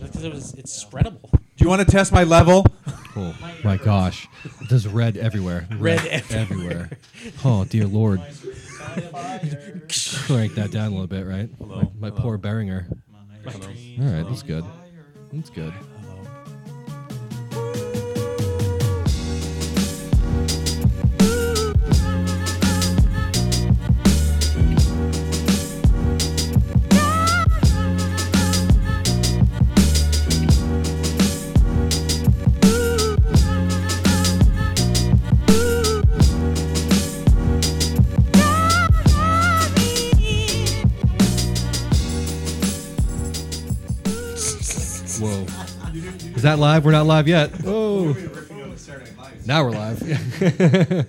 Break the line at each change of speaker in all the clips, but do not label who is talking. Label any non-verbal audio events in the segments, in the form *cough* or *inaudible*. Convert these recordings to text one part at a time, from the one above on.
because it was it's spreadable.
Do you want to test my level?
Oh my gosh, there's red everywhere.
Red
everywhere. Oh
*laughs*
dear lord. Crank that down a little bit, right? My, my poor Beringer. All right, that's good. That's good. Whoa. Is that live? We're not live yet. Whoa. Now we're live.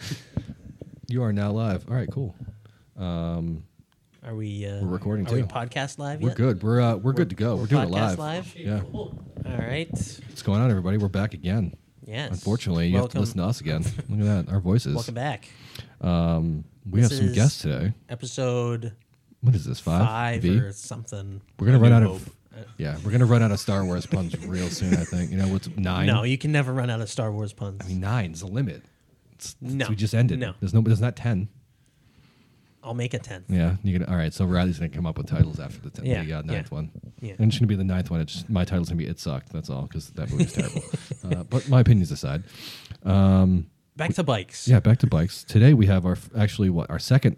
*laughs* you are now live. All right, cool.
Are we? Uh,
We're recording,
Are we
too.
podcast live?
We're
yet?
good. We're uh, we're good to go. We're, doing it
podcast
live.
live?
Yeah.
All right.
What's going on, everybody? We're back again.
Yes.
Unfortunately, you have to
Welcome-
listen to us again. Look at that, our voices.
Welcome back.
We have
This
some
is-
guests today.
Episode
What is this? Five.
five
V?
or something.
We're gonna
I
run
do
out
hope.
of. Yeah, we're gonna run out of Star Wars puns real soon. I think. You know what's
*laughs*
nine?
No, you can never run out of Star Wars puns.
I mean, nine's the limit. It's,
No,
we just ended.
no.
There's no. There's not ten.
I'll make a ten.
Yeah. You can. All right. So Riley's gonna come up with titles after the, ten,
Yeah,
the uh, ninth
yeah.
one.
Yeah.
And it's gonna be the ninth one. It's just, my title's gonna be "It Sucked." That's all because that movie's
*laughs*
terrible. Uh, but my opinions aside.
Back to bikes.
Yeah. Back to bikes. Today we have our f- actually what our second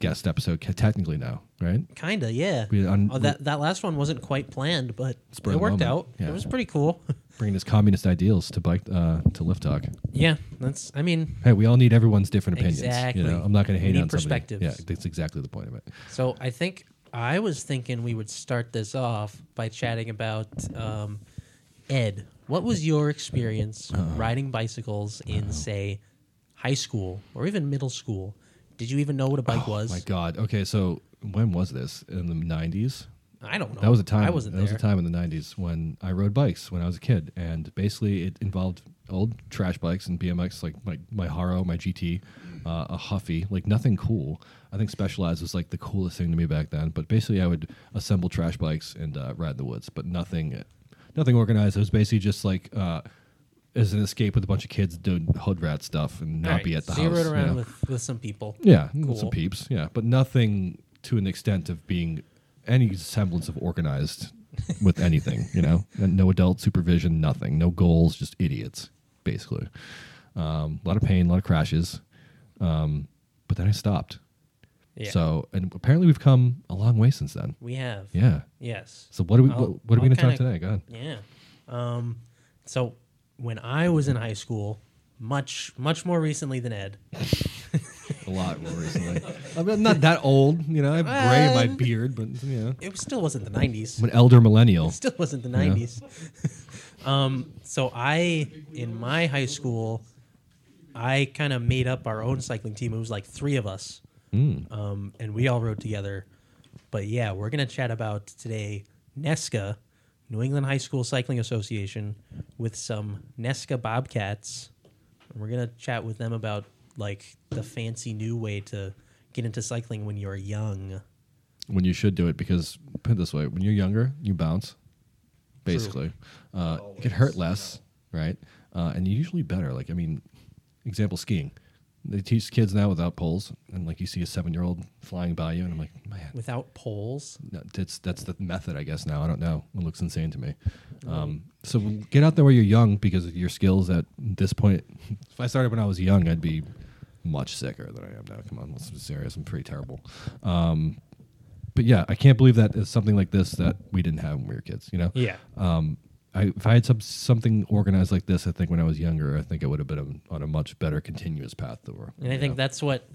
guest episode ca- technically now right
Kinda, yeah.
We- on-
oh, that that last one wasn't quite planned, but it
Spur of
worked
the moment.
out.
Yeah.
It was pretty cool. *laughs*
bringing his communist ideals to bike uh, to lift talk
yeah, that's. I mean,
Hey, we all need everyone's different opinions.
Exactly.
You know, I'm not going to
We
hate
need
on somebody.
perspectives.
Yeah, that's exactly the point of it.
so I think I was thinking we would start this off by chatting about um, Ed. What was your experience
Uh-huh.
riding bicycles in, say, high school or even middle school? Did you even know what a bike was?
Oh My God. Okay, so when was this? In the 90s.
I don't know.
That was a time.
I wasn't
that
there.
was a time in the 90s when I rode bikes when I was a kid, and basically it involved old trash bikes and BMX, like my my Haro, my GT,
Mm.
uh, a Huffy, like nothing cool. I think Specialized was like the coolest thing to me back then. But basically, I would assemble trash bikes and uh, ride in the woods, but nothing, nothing organized. It was basically just like. Uh, as an escape with a bunch of kids doing hood rat stuff and
All
not
right,
be at the
so
house.
you rode
you
around
know?
with, with some people.
Yeah, with
Cool.
some peeps. Yeah, but nothing to an extent of being any semblance of organized *laughs* with anything. You know, And no adult supervision, nothing, no goals, just idiots, basically. Um, a lot of pain, a lot of crashes. Um, but then I stopped.
Yeah.
So, and apparently we've come a long way since then.
we have.
Yeah.
Yes.
So what are we?
I'll-
what, what are we
I'll
going to talk
kinda-
today? Go ahead.
Yeah. Um, so when I was in high school, much much more recently than Ed.
A lot more recently. *laughs* I'm not that old, you know. I have gray in my
Well-
beard, but you know,
It was, still wasn't the '90s.
I'm an elder millennial.
Still wasn't the '90s. *laughs* um, so I, in my high school, I kind of made up our own cycling team. It was like three of us, um, and we all rode together. But yeah, we're gonna chat about today NESCA, New England High School Cycling Association, with some NESCA Bobcats. And We're gonna chat with them about like the fancy new way to get into cycling when you're young.
when you should do it because put it this way when you're younger you bounce basically uh, you get hurt less right uh, and you're usually better like i mean example skiing they teach kids now without poles and like you see a seven year old flying by you and i'm like man
Without poles,
no, that's that's the method i guess now i don't know it looks insane to me um, so get out there where you're young because of your skills at this point if i started when i was young i'd be much sicker than i am now come on let's be serious i'm pretty terrible Um, but yeah, I can't believe that is something like this that we didn't have when we were kids. You know,
yeah,
Um, I, if I had some something organized like this, I think when I was younger, I think I would have been on a much better continuous path. That we're,
and I think that's what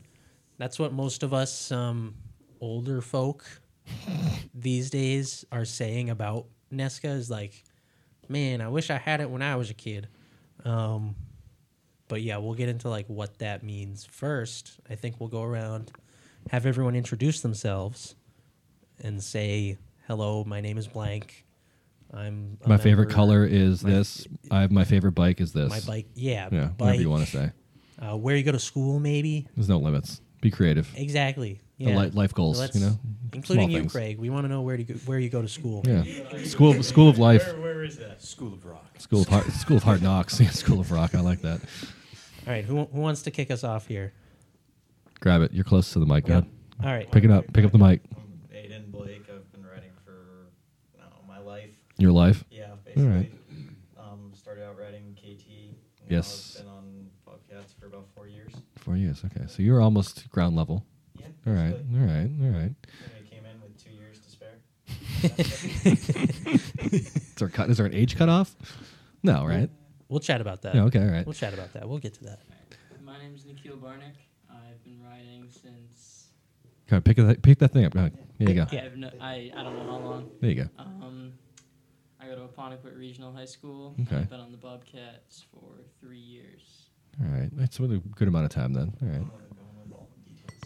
that's what most of us um, older folk these days are saying about Nesca is like, man, I wish I had it when I was a kid. Um, but yeah, we'll get into like what that means first. I think we'll go around, have everyone introduce themselves, and say, "Hello, my name is blank. I'm a
my favorite
member-
color is this. I have my favorite bike is this.
My bike, yeah,
Yeah,
bike.
whatever you want to say.
Uh, where you go to school, maybe.
There's no limits. Be creative.
Exactly.
The
Yeah.
li- life goals,
let's-
you know,
Including
small
you,
things.
Craig. We want to know where to go, where you go to school.
Yeah. School School of Life.
where is that? School of Rock.
School of Hard, School of Hard Knocks. *laughs* Yeah, School of Rock. I like that.
All right. Who, who wants to kick us off here?
Grab it. You're close to the mic, God.
All right.
Pick it up. Pick up the mic.
I'm Aiden Blake. I've been writing for I don't know, my life.
Your life.
Yeah, basically.
All right.
Um, started out writing KT. and now
Yes.
I've been on Bobcats for about four years.
Four years. Okay. So you're almost ground level.
Yeah.
All right.
basically.
All right. All right.
I think I came in with two years to spare.
*laughs*
Is there, a cut, is there an age cutoff? No, right?
We'll chat about that.
No, okay. All right.
We'll chat about that. We'll get to that.
My name's Nikhil Barnick. I've been riding since
Kind of pick, that, pick that thing up. Go ahead. There you go.
Yeah.
I, have no, I I don't know how long.
There you go.
Um, I go to Aponiquit Regional High School.
Okay.
I've been on the Bobcats for three years.
All right. That's a good amount of time then. All right.
I'm gonna go into all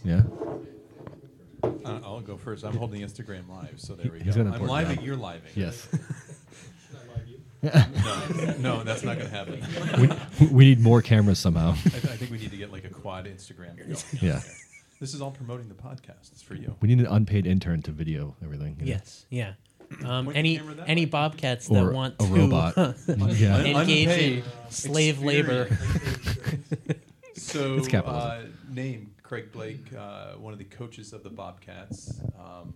the details.
Yeah.
Uh, I'll go first. I'm holding Instagram live, so there we
He's
go.
got an
I'm
important
live,
job.
you're live.
Yes.
No, no, that's not going to happen. I,
we, *laughs* we need more cameras somehow. *laughs*
th- I think we need to get like a quad Instagram. going.
Yeah.
This is all promoting the podcast. It's for you.
We need an unpaid intern to video everything. you know?
Yes. Yeah. Um,
Point the
any
camera that
any
way.
Bobcats
Or
that want
a
to
robot. yeah.
*laughs*
An
engage in
unpaid
slave labor. *laughs*
So,
It's
uh,
capitalism.
name Craig Blake, uh, one of the coaches of the Bobcats. Um,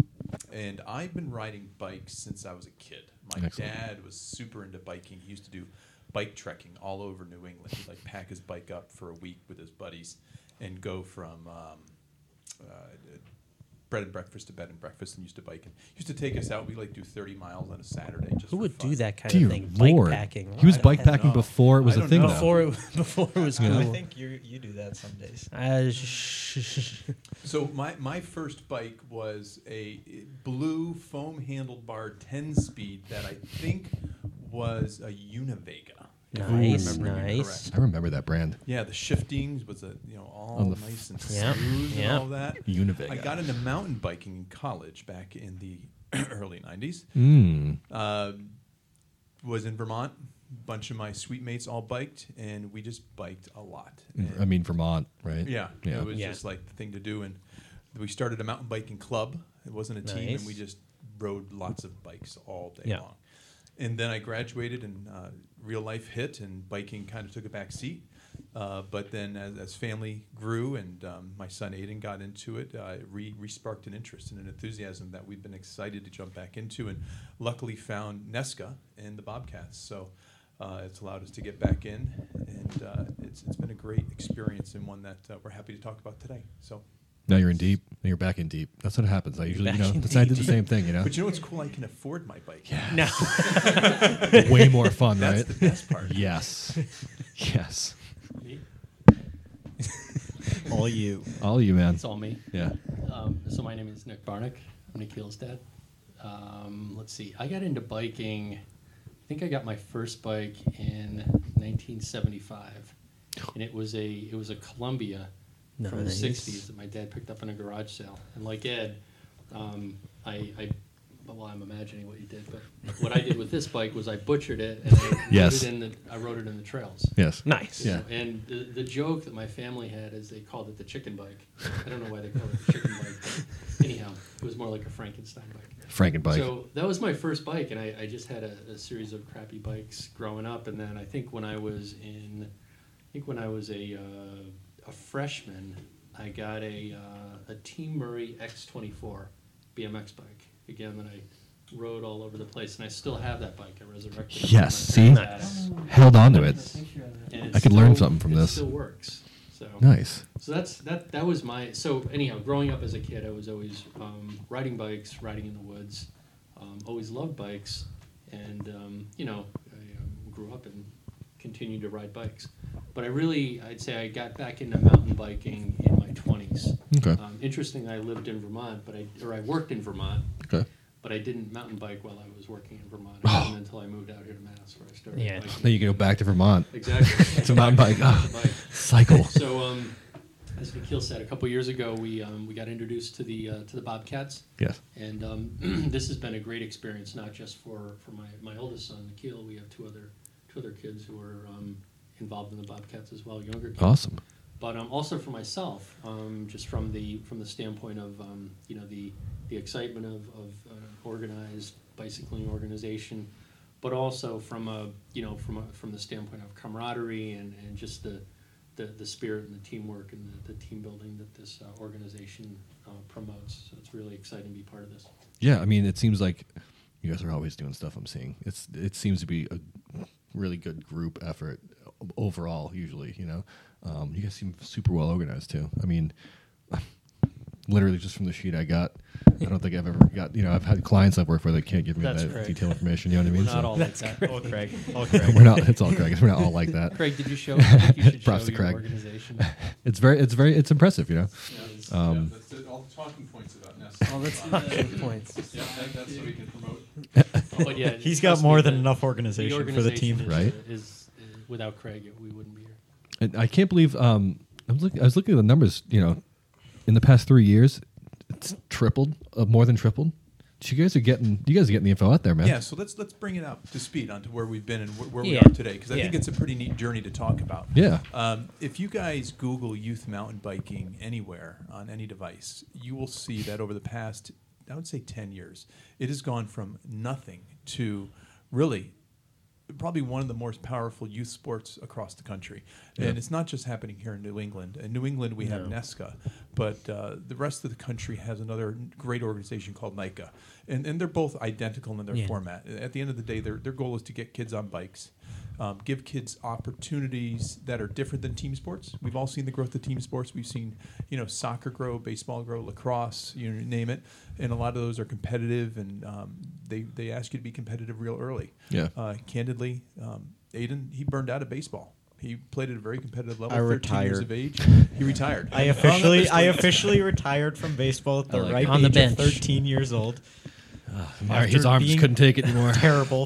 and I've been riding bikes since I was a kid. My
Excellent.
dad was super into biking. He used to do bike trekking all over New England. He'd like pack his bike up for a week with his buddies and go from um, uh, bread and breakfast to bed and breakfast and used to bike and used to take us out. We like do 30 miles on a Saturday just
Who
for
would
fun.
do that kind
Dear
of thing?
Lord.
Bike packing.
He was
What the
bike packing
know.
before it was
I
a
don't
thing,
know.
heck?
though.
before it, before it was *laughs*
I
cool.
think you you do that some days.
Uh, sh-
So my, my first bike was a blue foam handlebar 10 speed that I think was a Univega. if I'm
nice,
remembering it
nice.
correct.
I remember that brand.
Yeah, the shiftings was a you know all
On the f-
nice and
Yeah,
smooth
yeah.
and all that.
Univega.
I got into mountain biking in college back in the *clears throat* early 90s.
Mm.
Uh, was in Vermont. Bunch of my sweet mates all biked, and we just biked a lot. And-
Mm, I mean, Vermont, right?
yeah,
Yeah.
it was
Yeah.
just like the thing to do. And we started a mountain biking club. It wasn't a team,
Nice.
and we just rode lots of bikes all day
Yeah.
long. And then I graduated, and uh, real life hit, and biking kind of took a back seat. Uh, but then, as, as family grew and um, my son Aiden got into it, uh, it re, re-sparked an interest and an enthusiasm that we've been excited to jump back into, and luckily found Nesca and the Bobcats. So uh, it's allowed us to get back in, and uh, it's, it's been a great experience and one that uh, we're happy to talk about today. So,
Now you're in deep. Now you're back in deep. That's what happens. I usually, you
back
know,
in
that's, I did the same thing, you
*laughs*
know.
but you know what's cool? I can afford my bike. Yeah,
No.
Way more fun,
that's
right?
the best
*laughs*
part.
Yes. yes.
all you.
*laughs*
All you, man.
It's all me.
Yeah.
Um, so my name is Nick Barnick. I'm Nikhil's dad. Um, let's see. I got into biking. I think I got my first bike in 1975, and it was a it was a Columbia from the
Nice.
60s that my dad picked up in a garage sale. And like Ed, um, I. I well, I'm imagining what you did, but what I did with this bike was I butchered it and I
Yes.
rode it in the I rode it in the trails.
Yes.
nice.
Yeah.
And the, the joke that my family had is they called it the chicken bike. I don't know why they called it the chicken bike. But anyhow, it was more like a Frankenstein bike.
Frankenbike.
So that was my first bike, and I, I just had a, a series of crappy bikes growing up. And then I think when I was in, I think when I was a, uh, a freshman, I got a, uh, a Team Murray X24 BMX bike, again, that I rode all over the place. And I still have that bike. I resurrected it.
Yes,
My
see?
parents' attic.
Held on to it.
And it
I could learn
still-
something from
it
this.
Still works. So,
Nice.
so that's that. That was my. So anyhow, growing up as a kid, I was always um, riding bikes, riding in the woods. Um, always loved bikes, and um, you know, I um, grew up and continued to ride bikes. But I really, I'd say, I got back into mountain biking in my twenties.
Okay.
Uh,
Um, interesting, I lived in Vermont, but I or I worked in Vermont,
Okay.
but I didn't mountain bike while I was working in Vermont. It wasn't until I moved out here to Mass where I started.
Yeah.
biking.
Then you can go back to Vermont.
Exactly.
*laughs* It's a mountain
*laughs*
bike. Ah, *laughs*
Mountain bike.
cycle.
So, um, as Nikhil said, a couple years ago, we um, we got introduced to the uh, to the Bobcats,
Yes.
and um, *clears throat* this has been a great experience, not just for, for my, my oldest son Nikhil. We have two other two other kids who are um, involved in the Bobcats as well, younger kids.
Awesome.
but um, also for myself, um, just from the from the standpoint of um, you know the the excitement of, of an organized bicycling organization, but also from a you know from a, from the standpoint of camaraderie and, and just the, the the spirit and the teamwork and the, the team building that this uh, organization uh, promotes. So it's really exciting to be part of this.
Yeah, I mean, it seems like you guys are always doing stuff. I'm seeing it's it seems to be a really good group effort o- overall. Usually, you know, um, you guys seem super well organized too. I mean, *laughs* literally just from the sheet I got, I don't think I've ever got. You know, I've had clients I've worked with that can't give me
That's
that
correct.
detailed information. You know what I mean?
*laughs* We're not
So-
all like that.
Oh, Craig. *laughs* Oh,
*laughs* we're
Craig.
not. It's all Craig. We're not all like
*laughs*
that.
Craig, did you show?
*laughs*
I think you should show
Props to
your
Craig.
*laughs*
organization.
It's very. It's very. It's impressive. You know. Um,
that's it, all the talking points about Nest.
Oh, let's do
Uh,
that.
points.
yeah, that- that's what we can promote.
Oh,
But *laughs* yeah,
He's
trust
got
me,
more
the-
than enough
the
organization, for the
organization
team.
is,
Right.
uh, is, uh, without Craig, we wouldn't be here.
And I can't believe um, I was looking. I was looking at the numbers. You know, in the past three years, it's tripled, uh, more than tripled. So you guys are getting. You guys are getting the info out there, man.
Yeah, so let's let's bring it up to speed onto where we've been and wh- where we
Yeah.
are today, because I
Yeah.
think it's a pretty neat journey to talk about.
Yeah.
Um, if you guys Google youth mountain biking anywhere on any device, you will see that over the past, I would say, ten years, it has gone from nothing to really probably one of the most powerful youth sports across the country. And it's not just happening here in New England. In New England, we have NESCA, but uh, the rest of the country has another great organization called NICA. And, and they're both identical in their
Yeah.
format. At the end of the day, their, their goal is to get kids on bikes, um, give kids opportunities that are different than team sports. We've all seen the growth of team sports. We've seen, you know, soccer grow, baseball grow, lacrosse, you name it. And a lot of those are competitive, and um, they, they ask you to be competitive real early
Yeah.
uh, candidly, um, Aiden he burned out of baseball. He played at a very competitive level.
I
13 years
retired.
of age,
*laughs*
he retired.
I
On the
officially,
list
I
we-
officially retired from baseball at the
I like
ripe
it. On the
age of
bench.
13 years old.
All right, his
after
arm just
being-
couldn't take it anymore.
Terrible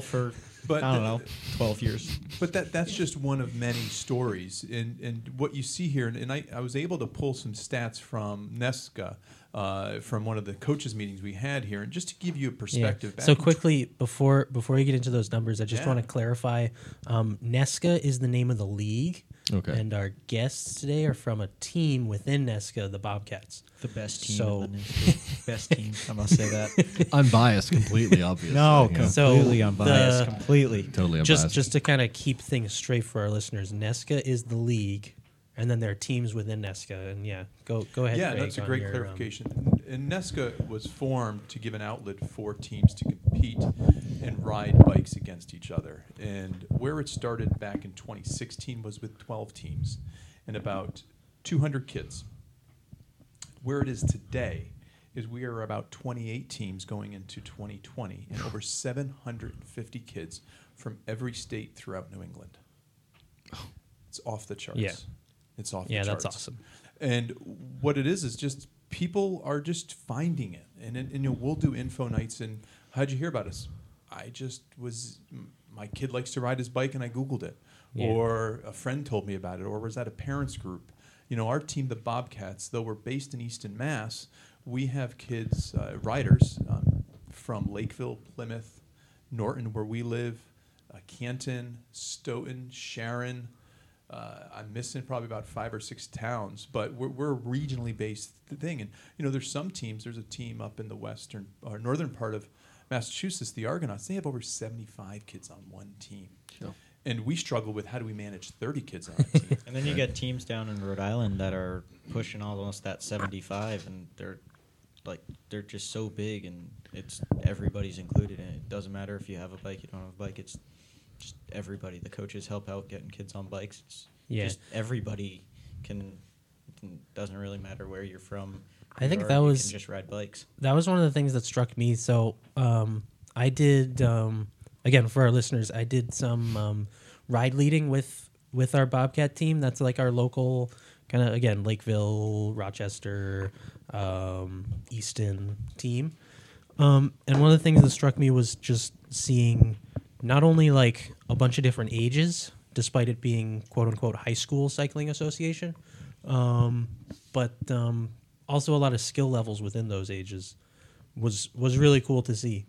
*laughs*
for
But
I don't know,
the-
12 years.
But that that's just one of many stories, and and what you see here, and, and I, I was able to pull some stats from Nesca, uh, from one of the coaches meetings we had here, and just to give you a perspective.
So
back in
quickly before before you get into those numbers, I just
Yeah.
want to clarify. Um, Nesca is the name of the league.
Okay.
And our guests today are from a team within Nesca, the Bobcats.
The best team.
So-
in the nation. best team. I must say that.
*laughs* Unbiased, completely obvious.
*laughs* No,
you know.
So
completely unbiased.
the-
completely.
totally unbiased.
Just just to kind of keep things straight for our listeners, Nesca is the league, and then there are teams within Nesca. And yeah, go go ahead.
Yeah,
Craig,
that's a
on
great
your, um,
clarification. And NESCA was formed to give an outlet for teams to compete and ride bikes against each other. And where it started back in 2016 was with 12 teams and about 200 kids. Where it is today is we are about 28 teams going into 2020 and over 750 kids from every state throughout New England. It's off the charts.
Oh. Yeah.
It's off
Yeah,
the
that's
charts.
awesome.
And what it is is just people are just finding it, and and, and you know, we'll do info nights. And how'd you hear about us? I just was m- my kid likes to ride his bike, and I googled it,
Yeah.
or a friend told me about it, or was that a parents group? You know, our team, the Bobcats, though we're based in Easton, Mass, we have kids uh, riders um, from Lakeville, Plymouth, Norton, where we live, uh, Canton, Stoughton, Sharon. Uh, I'm missing probably about five or six towns, but we're, we're a regionally based th- thing. And you know, there's some teams. There's a team up in the western or northern part of Massachusetts, the Argonauts. They have over 75 kids on one team, and we struggle with how do we manage 30 kids on a team.
And then you get teams down in Rhode Island that are pushing almost that 75, and they're like they're just so big, and it's everybody's included in it. It doesn't matter if you have a bike, you don't have a bike. It's just everybody. The coaches help out getting kids on bikes. It's
Yeah.
just everybody can. can- Doesn't really matter where you're from.
I think
or
that
you
was-
can just ride bikes.
that was one of the things that struck me. So um, I did um, again for our listeners. I did some um, ride leading with with our Bobcat team. That's like our local kind of again Lakeville, Rochester, um, Easton team. Um, and one of the things that struck me was just seeing not only like a bunch of different ages, despite it being quote unquote high school cycling association, um, but um, also a lot of skill levels within those ages was was really cool to see.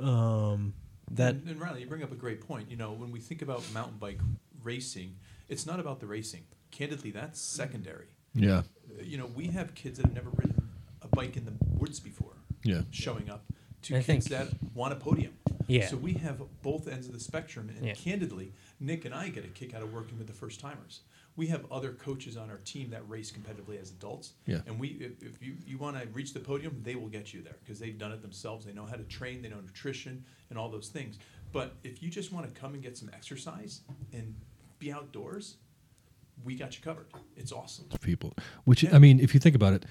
Um, that
and, and Riley, you bring up a great point. You know, when we think about mountain bike racing, it's not about the racing. candidly, that's secondary.
Yeah.
You know, we have kids that have never ridden a bike in the woods before.
Yeah.
Showing up to
I
kids
think-
that want a podium.
Yeah.
So we have both ends of the spectrum, and
Yeah.
candidly, Nick and I get a kick out of working with the first timers. We have other coaches on our team that race competitively as adults,
Yeah.
and we if, if you, you want to reach the podium, they will get you there because they've done it themselves. They know how to train, they know nutrition, and all those things. But if you just want to come and get some exercise and be outdoors, we got you covered. It's awesome.
people. Which
Yeah.
I mean, if you think about it,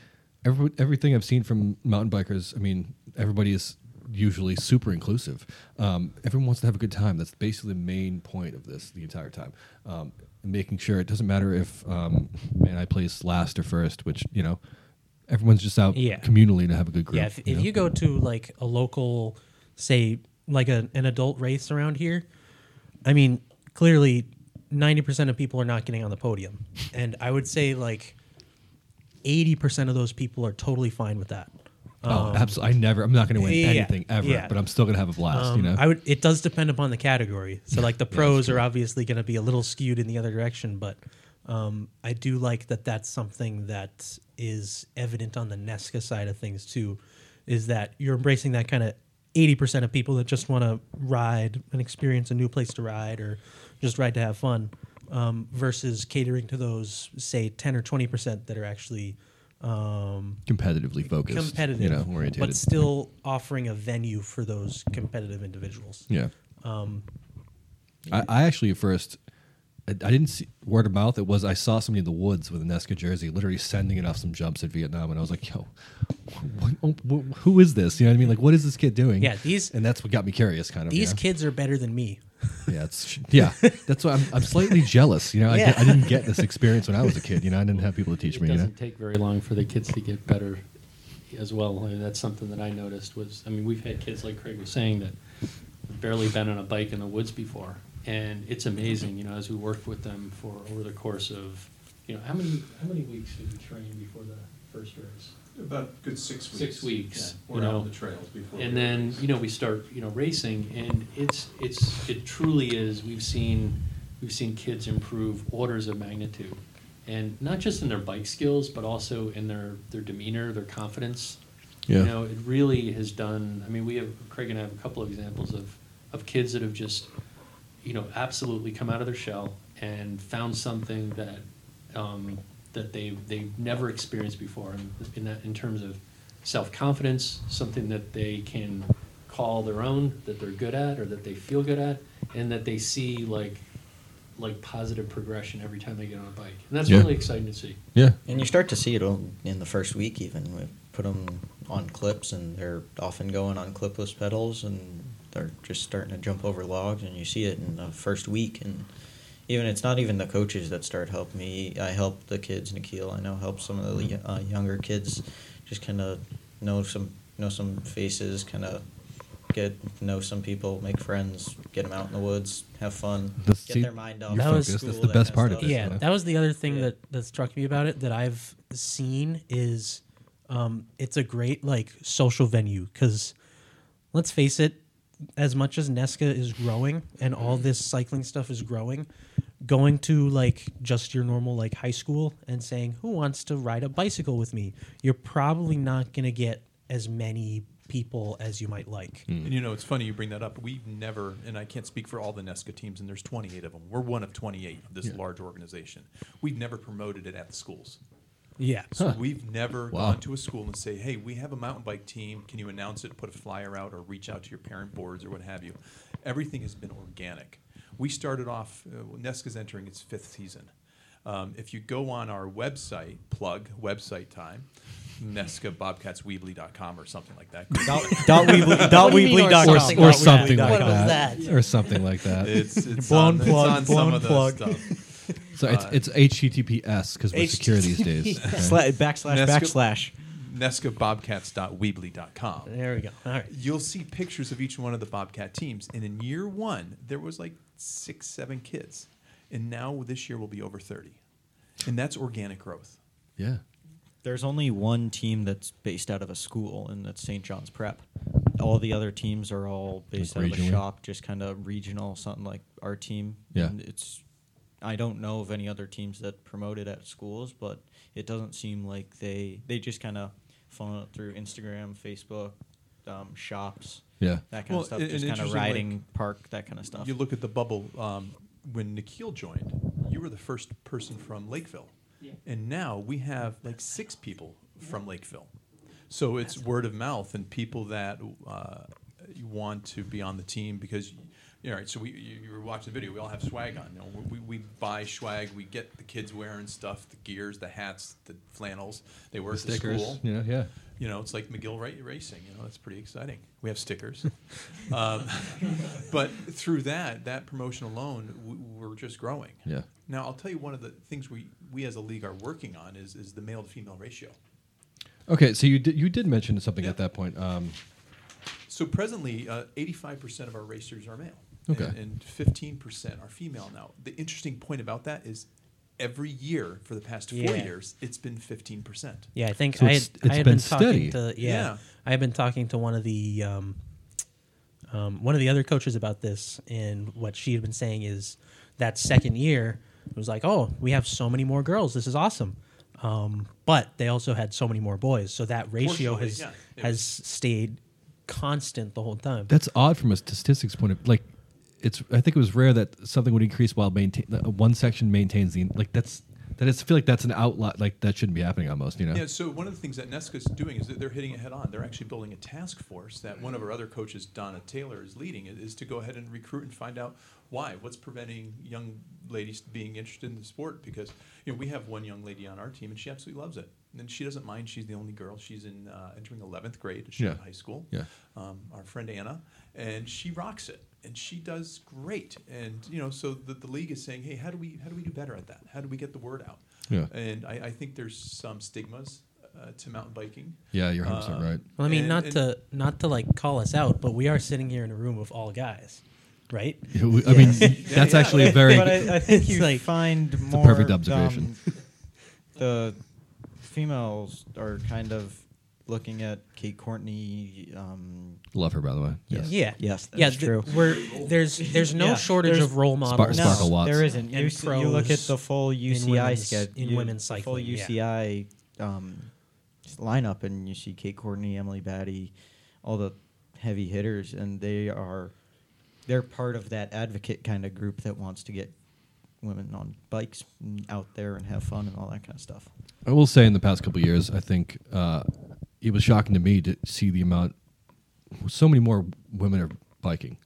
every, everything I've seen from mountain bikers, I mean, everybody is usually super inclusive. Um, everyone wants to have a good time. That's basically the main point of this the entire time. Um, and making sure it doesn't matter if um, man I place last or first, which you know, everyone's just out
Yeah.
communally to have a good group.
Yeah, if, if
know?
you go to like a local, say like a, an adult race around here, I mean, clearly, ninety percent of people are not getting on the podium, and I would say like eighty percent of those people are totally fine with that.
oh, absolutely. I never. I'm not going to win
um, yeah,
anything ever,
yeah.
but I'm still going to have a blast.
Um,
you know.
I would. It does depend upon the category. So like
*laughs*
the pros are obviously going to be a little skewed in the other direction, but um, I do like that. That's something that is evident on the Nesca side of things too, is that you're embracing that kind of. 80% of people that just want to ride and experience a new place to ride or just ride to have fun um, versus catering to those, say, 10 or 20% that are actually um,
competitively focused.
competitive,
You know, oriented.
but still offering a venue for those competitive individuals.
Yeah. Um, I, I actually at first, I, I didn't see word of mouth. It was I saw somebody in the woods with a Nesca jersey, literally sending it off some jumps in Vietnam, and I was like, "Yo, what, oh, wh- who is this? You know what I mean? Like, what is this kid doing?"
Yeah, these-
and that's what got me curious, kind of.
These
you know?
kids are better than me.
yeah, it's, yeah. That's why I'm,
*laughs*
I'm slightly jealous. You know, I,
Yeah.
di- I didn't get this experience when I was a kid. You know, I didn't have people to teach
it
me. You
doesn't
know,
take very long for the kids to get better as well. And that's something that I noticed was, I mean, we've had kids like Craig was saying that have barely been on a bike in the woods before, and it's amazing. You know, as we worked with them for over the course of, you know, how many how many weeks did we train before the first race?
About good six weeks.
Six weeks,
Yeah,
you
we're out
know.
on the trails before.
and
we
then
race.
you know we start you know racing and it's it's it truly is we've seen we've seen kids improve orders of magnitude and not just in their bike skills but also in their their demeanor their confidence
Yeah.
you know it really has done i mean we have craig and i have a couple of examples of of kids that have just you know absolutely come out of their shell and found something that um, that they they never experienced before in, in that in terms of self confidence, something that they can call their own, that they're good at, or that they feel good at, and that they see like like positive progression every time they get on a bike, and that's
Yeah.
really exciting to see.
yeah,
And you start to see it on- in the first week, even. We put them on clips, and they're often going on clipless pedals, and they're just starting to jump over logs, and you see it in the first week. And even it's not even the coaches that start helping me. I help the kids, Nikhil. I know help some of
Mm-hmm.
the uh, younger kids, just kind of know some know some faces, kind of get know some people, make friends, get them out in the woods, have fun,
That's-
get
see,
their mind off.
you're
That was-
focused. That's
school,
the
that
best
kind
part of
stuff.
it.
Yeah,
you know?
that was the other thing
Yeah.
that that struck me about it that I've seen is um, it's a great like social venue because let's face it, as much as Nesca is growing and all this cycling stuff is growing, going to like just your normal like high school and saying who wants to ride a bicycle with me, you're probably not gonna get as many people as you might like.
And you know, it's funny you bring that up. We've never, and I can't speak for all the Nesca teams, and there's 28 of them. We're one of 28 of this large organization. We've never promoted it at the schools.
Yeah. *laughs*
So we've never
Wow.
gone to a school and say, "Hey, we have a mountain bike team. Can you announce it? Put a flyer out, or reach out to your parent boards, or what have you." Everything has been organic. We started off. Uh, Nesca's entering its fifth season. Um, if you go on our website, plug website time, NescaBobcatsWeebly.com or something like that. *laughs*
Dot, dot Weebly, dot
do you mean,
Weebly
or
dot
or,
Or
com.
something
or
like
something
that.
like
What was
that,
that?
or something like
*laughs*
that.
It's, it's
Blown
on, it's
plug,
on
blown
some of the
plug.
stuff.
So it's, it's HTTPS because we're secure these days.
*laughs*
right?
Sla- backslash
Nesca-
backslash.
NescaBobcats.weebly.com.
There we go. All right.
You'll see pictures of each one of the Bobcat teams, and in year one there was like six, seven kids, and now this year will be over thirty, and that's organic growth.
Yeah.
There's only one team that's based out of a school, and that's St. John's Prep. All the other teams are all based
Like
out of a
regionally?
shop, just kind of regional, something like our team.
Yeah.
And it's, I don't know of any other teams that promote it at schools, but it doesn't seem like they they just kind of funnel it through Instagram, Facebook, um, shops,
Yeah.
that kind
Well,
of stuff.
and-
just
and
kind of
interesting, like,
riding park, that kind of stuff.
You look at the bubble. Um, when Nikhil joined, you were the first person from Lakeville,
Yeah.
and now we have like six people from Lakeville. So it's word of mouth and people that uh, you want to be on the team because. you know, right, so we you, you were watching the video. We all have swag on. You know, we, we buy swag. We get the kids wearing stuff, the gears, the hats, the flannels. They wear
The
it to
stickers.
school.
You know, yeah.
You know, it's like McGill Ra- Racing. You know, that's pretty exciting. We have stickers, *laughs* um, but through that, that promotion alone, w- we're just growing.
Yeah.
Now, I'll tell you one of the things we we as a league are working on is is the male to female ratio.
Okay, so you did you did mention something
Yeah.
at that point. Um,
So presently, eighty five percent of our racers are male.
Okay.
And fifteen percent are female now. The interesting point about that is. Every year for the past four
Yeah.
years, it's been fifteen percent.
Yeah, I think
So
I had,
it's- it's
I had
been
been, talking
steady.
to yeah,
Yeah.
I had been talking to one of the um, um, one of the other coaches about this, and what she had been saying is that second year it was like, oh, we have so many more girls. This is awesome. Um, but they also had so many more boys, so that ratio
Proportionally,
has
yeah. It
has
was-
stayed constant the whole time.
that's odd from a statistics point of like. It's I think it was rare that something would increase while maintain that one section maintains the like that's that is I feel like that's an outlier like that shouldn't be happening almost you know
Yeah, so one of the things that NESCA's doing is that they're hitting it head on. They're actually building a task force that one of our other coaches, Donna Taylor, is leading, is- is to go ahead and recruit and find out why. What's preventing young ladies being interested in the sport? Because, you know, we have one young lady on our team and she absolutely loves it. And she doesn't mind. She's the only girl. She's in uh, entering 11th grade. She's in
Yeah.
high school
Yeah.
um, our friend Anna, and she rocks it, and she does great. And you know, so the, the league is saying, hey, how do we how do we do better at that? How do we get the word out?
Yeah.
And I, I think there's some stigmas uh, to mountain biking. Uh,
Yeah, you're 100% right.
Well, I mean,
and-
not
and-
to not to like call us out, but we are sitting here in a room of all guys, right?
Yeah, *laughs* we- I mean that's
Yeah.
actually a
*laughs*
very
But I, I
*laughs*
think
It's
you
like-
find more.
perfect
um, *laughs*
observation.
the females are kind of looking at Kate Courtney. Um,
love her by the way
Yes.
Yeah.
Yes, that
yeah.
is
th-
true.
We're, there's there's no
Yeah,
shortage
there's-
of role models.
No, Sparkle Watts.
there isn't. You,
And
s- you look at
pros
the full UCI
women's-
schedule
in women's
full
cycling, yeah.
UCI um, s- lineup, and you see Kate Courtney, Emily Batty, all the heavy hitters, and they are they're part of that advocate kind of group that wants to get women on bikes and out there and have fun and all that kind of stuff.
I will say in the past couple of years, I think uh, it was shocking to me to see the amount. So many more women are biking.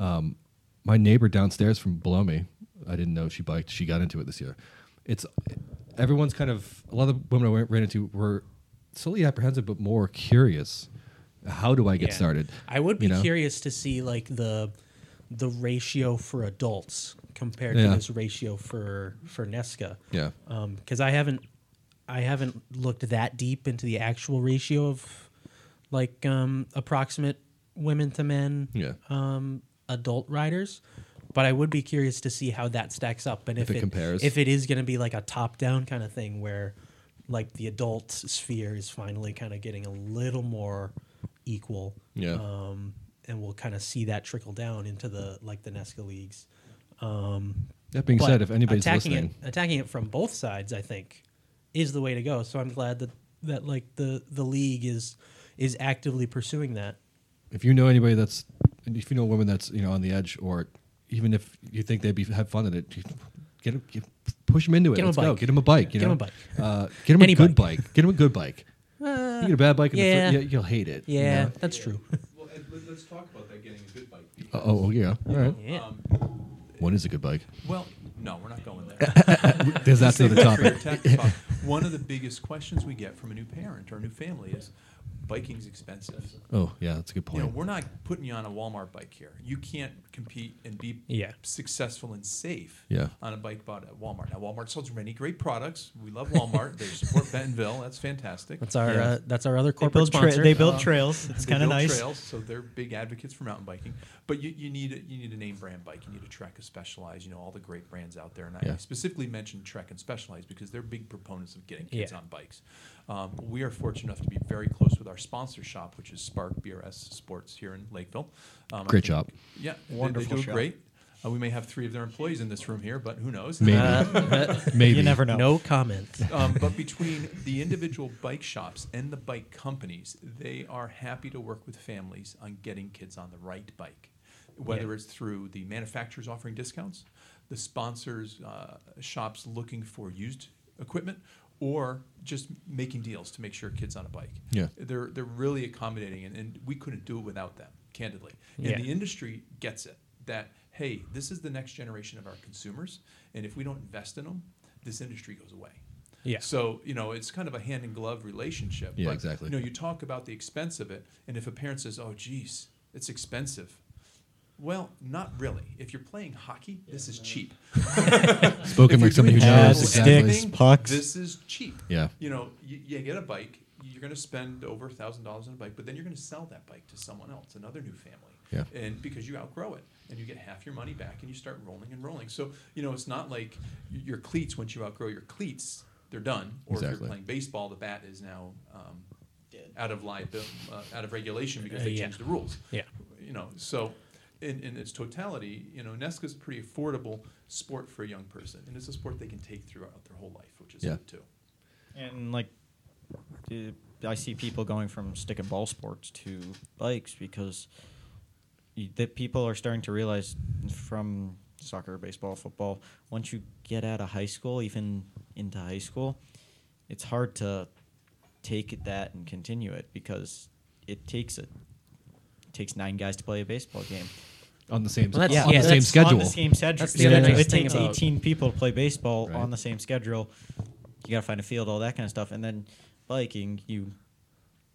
Um, my neighbor downstairs from below me, I didn't know she biked. She got into it this year. It's everyone's kind of a lot of the women I ran into were slightly apprehensive, but more curious. How do I get
Yeah.
started?
I would be
you know?
curious to see like the the ratio for adults compared
Yeah.
to this ratio for for Nesca.
Yeah.
Because I haven't I haven't looked that deep into the actual ratio of like um, approximate women to men.
Yeah.
Um, adult riders. But I would be curious to see how that stacks up and if,
it compares.
If it is going to be like a top down kind of thing where like the adult sphere is finally kind of getting a little more equal
Yeah.
um, and we'll kind of see that trickle down into the like the Nesca leagues. Um,
That being
but
said, if anybody's
attacking
listening,
it, attacking it from both sides, I think, is the way to go. So I'm glad that that like the the league is is actively pursuing that.
if you know anybody that's if you know a woman that's you know on the edge or even if you think they'd be have fun at it get, 'em- get push them into it
Get 'em a
let's go
bike.
get them a bike you
Get 'em
know
a bike.
uh, get them a
Any
good bike. get them a good bike
*laughs* Uh,
you get a bad bike in
yeah.
the fir- yeah, you'll hate it you
yeah,
know?
that's true.
Well, let's talk about that getting a good bike.
Uh, oh yeah all right
*laughs* Yeah.
what is a
*laughs*
good bike
well, no, we're not going there.
*laughs* there's that's another topic
Career tech talk. One of the biggest questions we get from a new parent or a new family is, biking's expensive.
*laughs* oh yeah that's a good
you
point
know, we're not putting you on a Walmart bike here. You can't compete and be
Yeah.
successful and safe
Yeah.
on a bike bought at Walmart. Now, Walmart sells many great products. We love Walmart. they
*laughs*
support Bentonville. That's fantastic.
That's our
Yeah.
uh, that's our other
They
corporate
build,
sponsor. Oh.
they build trails. It's
They
kind of
build
nice.
Trails, so they're big advocates for mountain biking. But you, you need a, you need a name brand bike. You need a Trek, a Specialized. You know all the great brands out there. And
Yeah.
I specifically mentioned Trek and Specialized because they're big proponents of getting kids
Yeah.
on bikes. Um, we are fortunate enough to be very close with our sponsor shop, which is Spark BRS Sports here in Lakeville. Um, I
Great
think-
shop.
Yeah, they-
Wonderful
they do
shop.
great. Uh, we may have three of their employees in this room here, but who knows?
Maybe.
Uh,
*laughs* Maybe.
You never know.
No comment.
um, but between the individual bike shops and the bike companies, they are happy to work with families on getting kids on the right bike, whether it's through the manufacturers offering discounts, the sponsors, uh, shops looking for used equipment, or just making deals to make sure kids on a bike.
Yeah.
they're they're really accommodating, and, and we couldn't do it without them, candidly. And
Yeah.
the industry gets it that hey, this is the next generation of our consumers, and if we don't invest in them, this industry goes away.
Yeah.
So you know, it's kind of a hand in glove relationship.
Yeah,
but,
exactly.
You know, you talk about the expense of it, and if a parent says, "Oh, geez, it's expensive," well, not really. If you're playing hockey, this is cheap.
Spoken
If
like
you're
somebody
doing
who knows
paddle
exactly.
and
Sticks,
everything,
pucks.
This is cheap.
Yeah.
You know, you, you get a bike. You're going to spend over thousand dollars on a bike, but then you're going to sell that bike to someone else, another new family.
Yeah.
And because you outgrow it, and you get half your money back, and you start rolling and rolling. So you know, it's not like y- your cleats. Once you outgrow your cleats, they're done. Or if
Exactly.
you're playing baseball, the bat is now um, out of liability, uh, out of regulation because
Uh,
they
yeah.
changed the rules
Yeah.
you know so in, in its totality you know nesca is a pretty affordable sport for a young person and it's a sport they can take throughout their whole life which is
Yeah.
good too
And like, uh, I see people going from stick and ball sports to bikes because you, that people are starting to realize from soccer, baseball, football. Once you get out of high school, even into high school, it's hard to take that and continue it because it takes it takes nine guys to play a baseball game.
on the same
Well, that's-
on
yeah,
the same
that's
schedule.
On the same schedule.
That's the other
schedule.
nice
It
thing
takes
about-
18 people to play baseball
Right.
on the same schedule. You got to find a field, all that kind of stuff. And then biking, you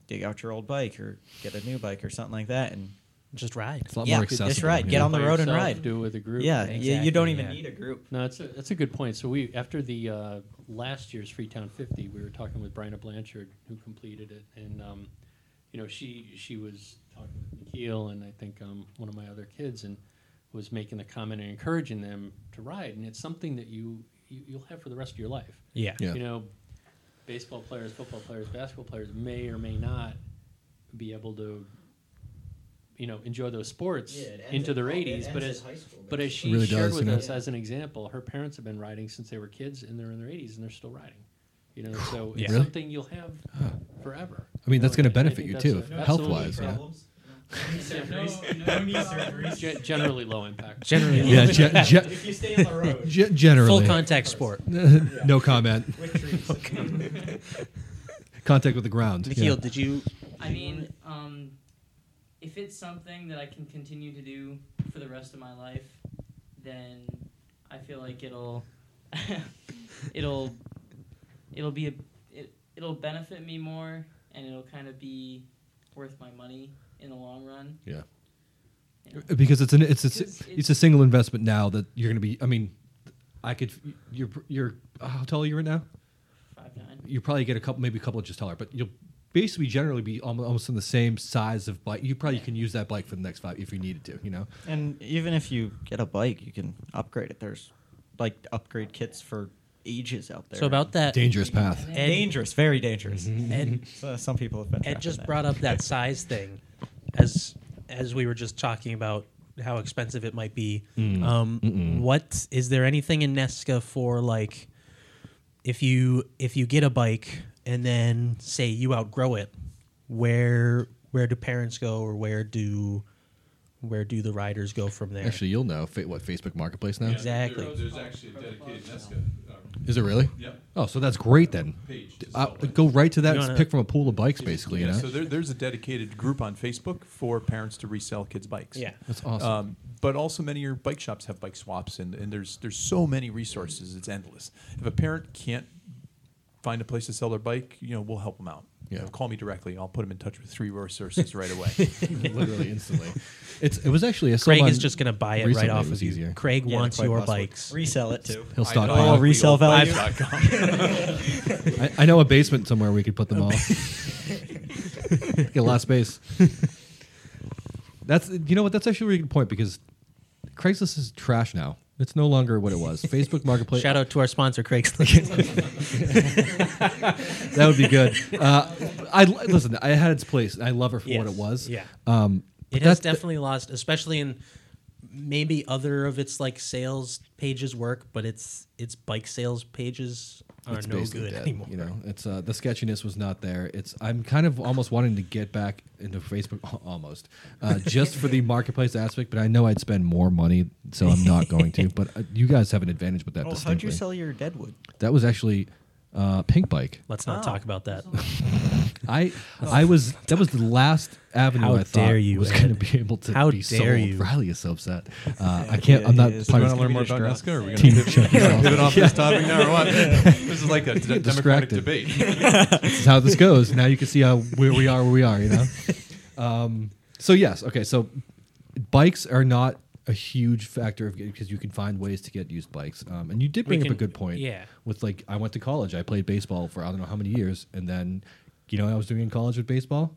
dig out your old bike or get a new bike or something like that. And
Just ride.
it's a lot
Yeah,
more
that's
accessible.
right.
you
Get
know?
on the
By
road and
yourself,
ride.
Do it with a group.
yeah, yeah, you don't
Exactly,
even
yeah.
need a group.
No, that's a, that's a good point. So we after the uh, last year's Freetown 50, we were talking with Bryna Blanchard, who completed it, and um, you know she she was talking with Nikhil and I think um, one of my other kids, and was making the comment and encouraging them to ride, and it's something that you, you you'll have for the rest of your life.
Yeah.
Yeah.
You know, baseball players, football players, basketball players may or may not be able to, you know, enjoy those sports into their 80s. But as but as she
Really
shared
does,
with
you know?
us as an example, her parents have been riding since they were kids, and they're in their 80s, and they're still riding. You know, so
Yeah.
it's
Really?
something you'll have forever.
I mean,
You
that's
know,
gonna
and I- I
benefit
think
you,
that's
too,
a-
health-wise,
absolutely.
yeah.
*laughs*
no knee surgeries.
Gen- generally low impact.
Generally,
Yeah, ge- ge-
If you stay on the
*laughs*
road
ge- generally
full contact sport.
no comment.
*laughs* with trees.
*laughs* Contact with the ground.
Nikhil,
yeah.
did you?
I mean, um, if it's something that I can continue to do for the rest of my life, then I feel like it'll, *laughs* it'll, it'll be a, it, it'll benefit me more, and it'll kind of be worth my money in the long run.
Yeah.
You know?
because it's an it's a,
Because
it's,
it's-
a single investment now that you're going to be. I mean, I could you're you're how tall are you right now?
Five nine.
You probably get a couple, maybe a couple inches taller, but you'll basically generally be almost, almost on the same size of bike. You probably can use that bike for the next five if you needed to. You know,
And even if you get a bike, you can upgrade it. There's like upgrade kits for ages out there.
So about that.
dangerous path.
Ed,
dangerous, very dangerous.
Ed,
So some people have been.
Ed
trapped in
just
that.
brought up
*laughs*
that size thing, as as we were just talking about how expensive it might be.
Mm.
Um, what is there anything in Nesca for like if you if you get a bike and then say you outgrow it, where where do parents go or where do where do the riders go from there?
Actually, you'll know fa- what Facebook Marketplace now
Exactly. there-
there's actually a dedicated nesca
is it really?
yeah
Oh, so that's great then.
Page to
Uh,
sell bikes.
go right to that.
You
and
wanna-
pick from a pool of bikes, basically.
Yeah,
you know,
so there, there's a dedicated group on Facebook for parents to resell kids' bikes.
Yeah.
that's awesome. *laughs*
Um, but also, many of your bike shops have bike swaps, and, and there's there's so many resources. It's endless. If a parent can't find a place to sell their bike, you know, we'll help them out.
Yeah.
call me directly. I'll put them in touch with three resources right away.
Literally instantly. It's it was actually a
Craig
someone-
is just gonna buy it
recently
right off
was
of you.
easier.
Craig
Yeah,
wants
quite
your
possibly.
bikes.
Resell
*laughs*
it too.
He'll stock
I know.
Oh, resell value.
I, I know a basement somewhere we could put
*laughs*
them all. Get a lot of space. *laughs* That's you know what? That's actually a really good point because Craigslist is trash now. It's no longer what
*laughs*
it was. Facebook Marketplace.
Shout out to our sponsor,
*laughs*
Craigslist.
That would be good. Uh, I listen. I had its place. and I love her for what
Yes.
it was.
Yeah.
Um,
It
that's
has definitely lost, especially in maybe other of its like sales pages work, but its its bike sales pages are
it's
no
basically
good
dead,
anymore.
You know, it's uh, the sketchiness was not there. It's I'm kind of almost wanting to get back into Facebook *laughs* al- almost uh, just
*laughs*
for the marketplace aspect, but I know I'd spend more money, so I'm not going to. But uh, you guys have an advantage with that.
Oh, how'd
distinctly.
you sell your Deadwood?
That was actually uh, Pink Bike.
Let's not
Oh.
talk about that.
I
*laughs*
I was that was the last avenue
How
I thought
dare you,
was going to
Ed.
be able to
How
be
dare
sold.
you.
Riley is so upset. Uh,
*laughs*
I can't. I'm not.
Yeah, it's
Do you
part
want
of
to learn more about
Distraught.
Nesca? Or are we
Team
going to
Chuck yourself.
pivot off this topic now or what? This is like a d- democratic
distracted.
debate.
this is how this goes. Now you can see how where we are, where we are. You know. Um, so yes, okay. So bikes are not a huge factor of because you can find ways to get used bikes. Um, and you did
We
bring up
can-
a good point.
yeah.
With like, I went to college. I played baseball for I don't know how many years, and then, you know, what I was doing in college with baseball,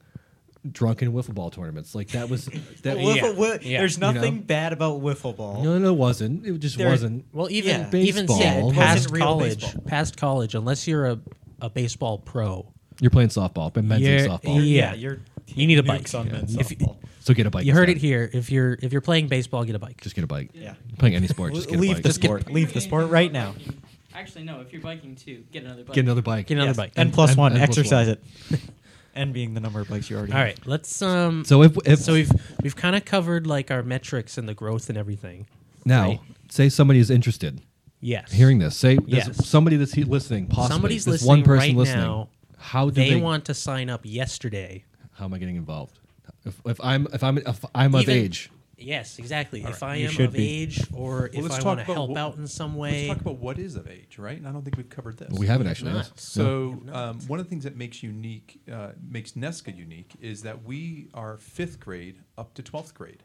drunken wiffle ball tournaments. Like that was that.
Well,
was,
Yeah. Yeah.
There's
know?
nothing bad about wiffle ball.
no, no, it wasn't. It just
There-
wasn't.
Well, even
Yeah.
even
Baseball.
yeah,
It wasn't
past
real
college,
baseball.
past college, unless you're a, a baseball pro,
You're playing softball, but men's
you're-
softball.
yeah,
you're
you need a bike.
nukes on men's
If you-
softball.
So get a bike.
you heard it
instead.
here. If you're if you're playing baseball, get a bike.
Just get a bike.
Yeah.
Playing any sport, just get a
Leave
bike.
the sport.
If
Leave
you're
the
doing
sport
anything
right
you're
now.
biking- Actually, no. If you're biking too, get another bike.
Get another bike.
Get another
Yes.
bike.
N plus
And-
one.
and plus
exercise
one.
it. *laughs* and being the number of bikes you already
All
have.
right, let's um.
So if, if
so we've we've kind of covered like our metrics and the growth and everything.
Now,
Right.
say somebody is interested
Yes.
hearing this. Say there's
Yes.
somebody that's he- listening, possibly
Somebody's
there's
listening
one person
right
listening.
now.
how do
they,
they,
want to sign up yesterday.
How am I getting involved? If, if I'm if I'm if I'm of
Even-
age,
Yes, exactly. if I
You
am
should
of
be.
age, or
Well,
if
let's
I
talk
want to
about
help
wh-
out in some
Let's
way.
talk about what is of age, right? And I don't think we've covered this.
we haven't actually.
not.
yes. No.
So um, one of the things that makes unique, uh, makes Nesca unique, is that we are fifth grade up to twelfth grade.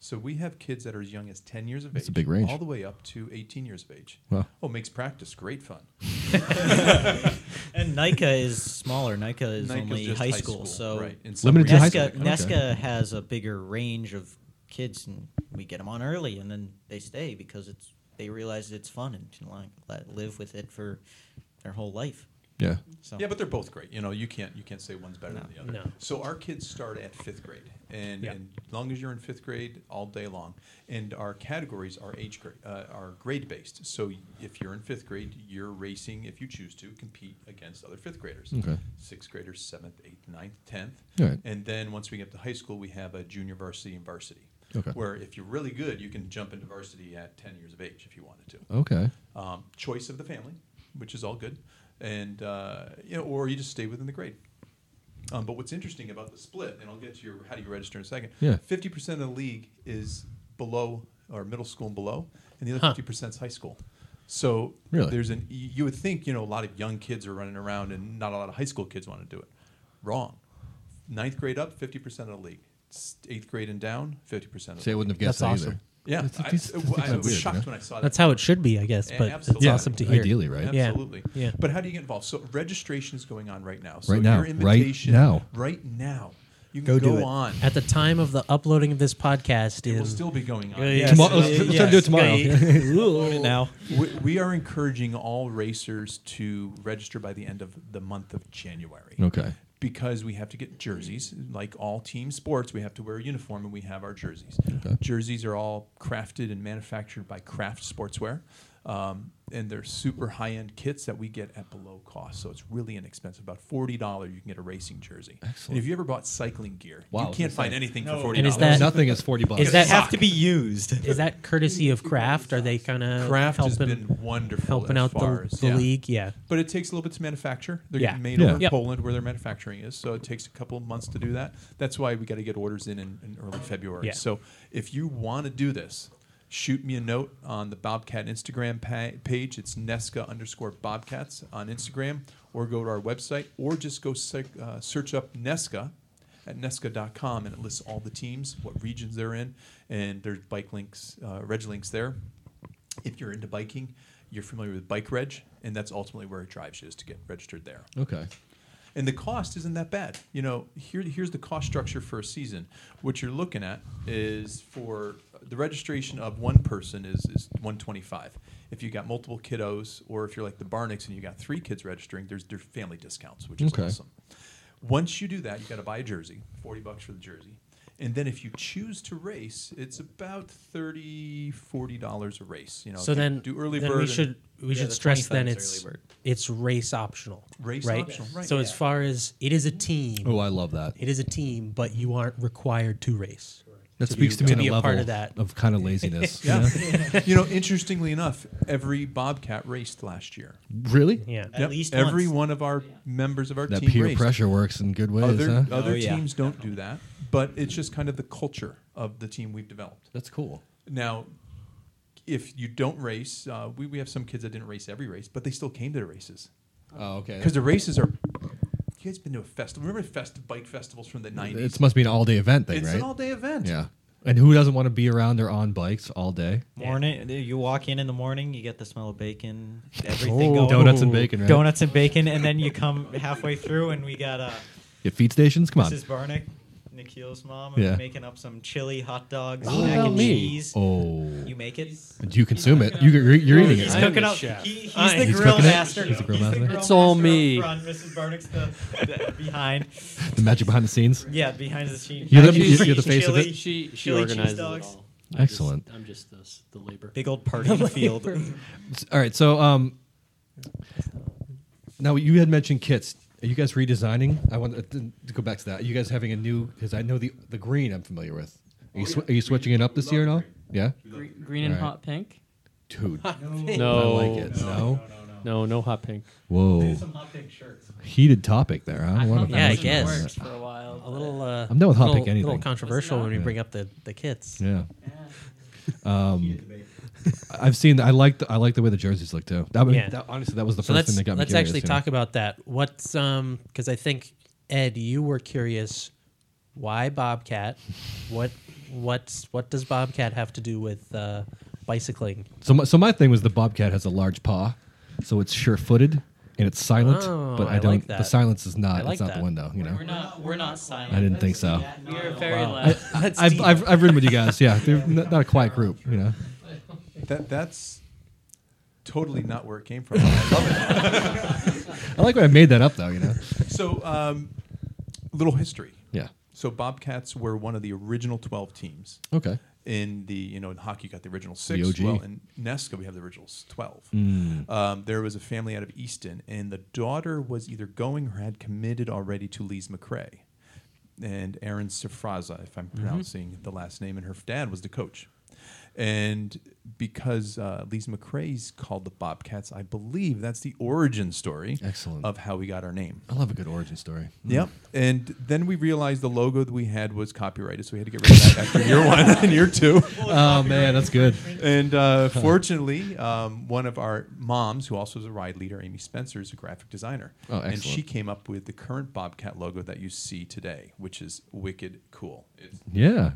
So we have kids that are as young as ten years of
That's a
age,
big range.
all the way up to eighteen years of age.
Wow.
Oh, makes practice great fun.
And Nika is smaller. Nika is
Nike
only
just
high school, so
right, in some
Limited to high
regions.
Nesca,
school.
Nesca has a bigger range of kids, and we get them on early, and then they stay because it's they realize it's fun and can li- let- live with it for their whole life.
yeah.
So
Yeah, but they're both great. You know, you can't you can't say one's better than the other.
No.
So our kids start at fifth grade, and,
Yeah.
and as long as you're in fifth grade, all day long. And our categories are age grade, uh, are grade based. So if you're in fifth grade, you're racing if you choose to compete against other fifth graders.
Okay.
Sixth graders, seventh, eighth, ninth, tenth,
All right.
and then once we get to high school, we have a junior varsity and varsity.
Okay.
Where if you're really good, you can jump into varsity at ten years of age if you wanted to
Okay.
um, choice of the family, which is all good, and uh, you know, or you just stay within the grade. Um, but what's interesting about the split, and I'll get to your how do you register in a second.
Yeah.
fifty percent of the league is below or middle school and below, and the other
Huh.
fifty percent is high school. So
Really?
there's an you you would think you know a lot of young kids are running around and not a lot of high school kids want to do it. Wrong. Ninth grade up, fifty percent of the league. S- Eighth grade and down, fifty percent of
Say I
the league.
wouldn't have guessed
That's
that
awesome.
Yeah,
That's-
I,
that's-
I-
that's
I
kinda
was
weird,
shocked
yeah.
when I saw that.
That's how it should be, I guess.
A-
But it's
absolutely.
awesome to hear.
Ideally, right?
Yeah.
Absolutely.
Yeah.
But how do you get involved? So registration is going on right now. So
Right now.
Your
Right
invitation
now.
Right now. You can
Go
go,
do it.
on.
At the time of the uploading of this podcast,
It will
is-
still be going on.
Yeah, yeah.
Tomorrow,
Yes.
let's, let's
Yeah,
try to do it
yes.
tomorrow.
Okay.
Right now,
We, we are encouraging all racers to register by the end of the month of January.
okay.
Because we have to get jerseys. Like all team sports, we have to wear a uniform and we have our jerseys.
Okay.
Jerseys are all crafted and manufactured by Craft Sportswear. Um, and they're super high end kits that we get at below cost. So it's really inexpensive. About $40, you can get a racing jersey. And
Excellent.
if you ever bought cycling gear,
Wow, I
you
was
can't
gonna
find
say.
anything
No.
for $40.
And is that-
Nothing is forty bucks.
Is that
have to be
*laughs*
used.
is that courtesy of Kraft? Are they kind of
Craft has
uh, helping
been wonderful.
helping
as
out
far
the,
as-
the
yeah.
league? Yeah.
But it takes a little bit to manufacture. They're
Yeah.
made
Yeah.
over
Yep.
Poland where their manufacturing is, so it takes a couple of months to do that. That's why we got to get orders in in, in early February.
Yeah.
So if you want to do this, shoot me a note on the Bobcat Instagram pa- page. It's Nesca underscore Bobcats on Instagram, or go to our website, or just go se- uh, search up Nesca at nesca.com and it lists all the teams, what regions they're in, and there's bike links, uh, reg links there if you're into biking, you're familiar with Bike Reg, and that's ultimately where it drives you is to get registered there.
*laughs* Okay.
And the cost isn't that bad. You know, here here's the cost structure for a season. What you're looking at is for the registration of one person is is 125. If you got multiple kiddos, or if you're like the Barnix and you got three kids registering, there's there's family discounts, which is
Okay.
awesome. Once you do that, you got to buy a jersey, 40 bucks for the jersey. And then if you choose to race, it's about 30 dollars a race. You know,
so
if you
then,
do early
then
bird.
we
and
should we
Yeah,
should
the
stress
25
then
is
it's
early bird.
it's race optional,
race
right?
optional, right?
So as far as it is a team,
Oh, I love that.
it is a team, but you aren't required to race.
That
to
speaks
be-
to me
to
on
be
a
a
level
part of that.
kind of
*laughs*
laziness.
Yeah.
you know?
you know, interestingly enough, every Bobcat raced last year.
Really?
Yeah,
At least
every
once.
one of our members of our
That
team
peer
raced.
pressure works in good ways,
Other
huh?
other
Oh, yeah.
teams don't do that, but it's just kind of the culture of the team we've developed.
That's cool.
Now, if you don't race, uh, we, we have some kids that didn't race every race, but they still came to the races
Oh, okay.
because the races are. You guys been to a festival? Remember fest bike festivals from the nineties?
it must be an all-day event thing,
It's
right?
an all-day event.
yeah. And who doesn't want to be around or on bikes all day?
Morning, you walk in in the morning, you get the smell of
*laughs*
bacon, everything
Oh,
going.
donuts and bacon, right?
Donuts and bacon, and then you come halfway through, and we got uh,
Get feed stations. *laughs* Come on.
Mrs. Barnick, Nikhil's mom, and
Yeah.
making up some chili hot dogs,
What
mac
about
and
me?
cheese.
Oh,
You make it.
do you consume it? You, you're, you're eating it.
He's
I am
Right?
cooking
the
up.
chef.
He, he's,
I
the
am
He's
grill
cooking it?
master.
He's the grill
the
master?
grill
It's all
master up
me.
front. Mrs. Barnick's the, the behind.
The magic behind the scenes.
Yeah, behind the scenes.
You're the-
Mac and
you're the
cheese,
face of
chili,
it?
She she
chili cheese
organizes it
dogs.
all. I just-
Excellent.
I'm just the s- the labor.
Big old
*laughs*
party in the field.
All right. So, um, now you had mentioned kits. Are you guys redesigning? I want uh, to to go back to that. Are you guys having a new? Because I know the the green I'm familiar with. Are you, sw- are you switching it up this year at all? Yeah,
Gre- green and
Right.
hot pink.
dude. I
No,
like it. No.
no, no hot pink.
Whoa.
Some hot pink shirts.
Heated topic there. Huh?
I
What
thought
a-
that
Yeah, I
was
guess.
in the works for a while.
a little. Uh,
I'm done with hot
little,
pick anything.
little controversial when we
Yeah.
bring up the the kits.
Yeah. Um, *laughs* I've seen. I like. The, I like the way the jerseys look too. That, yeah.
Yeah.
that honestly, that was the
So
first
let's
thing that got me
let's
curious,
actually
you know?
talk about that. What's um because I think Ed, you were curious why Bobcat. what what's what does Bobcat have to do with uh, bicycling?
So my, so my thing was the bobcat has a large paw, so it's sure-footed and it's silent.
Oh,
but I
I
don't.
like that.
The silence is
I
not.
like
it's not the
that.
window. You know.
We're not. We're not
I
silent.
didn't think so.
We are very
Wow.
loud.
That's
I've,
deep.
I've, I've ridden with you guys. Yeah, they're n- not a quiet group. You know.
That that's totally not where it came from. *laughs* I love it.
I like when I made that up though.
*laughs*
You know.
So, um, little history.
Yeah.
So Bobcats were one of the original twelve teams.
Okay.
in the you know in hockey you got the original six.
OG.
Well, in Nesca we have the original s- twelve. Um, there was a family out of Easton, and the daughter was either going or had committed already to Lee's McRae, and Aaron Safraza, if I'm pronouncing the last name, and her dad was the coach. And because uh, Lee's McRae's called the Bobcats, I believe that's the origin story
Excellent. Hmm.
of how we got our name.
I love a good origin story.
Yep. And then we realized the logo that we had was copyrighted, so we had to get rid of that after year one and year two.
Oh man, that's good.
And uh, fortunately, um, one of our moms, who also is a ride leader, Amy Spencer, is a graphic designer.
Oh,
and
excellent.
she came up with the current Bobcat logo that you see today, which is wicked cool. It's
Yeah.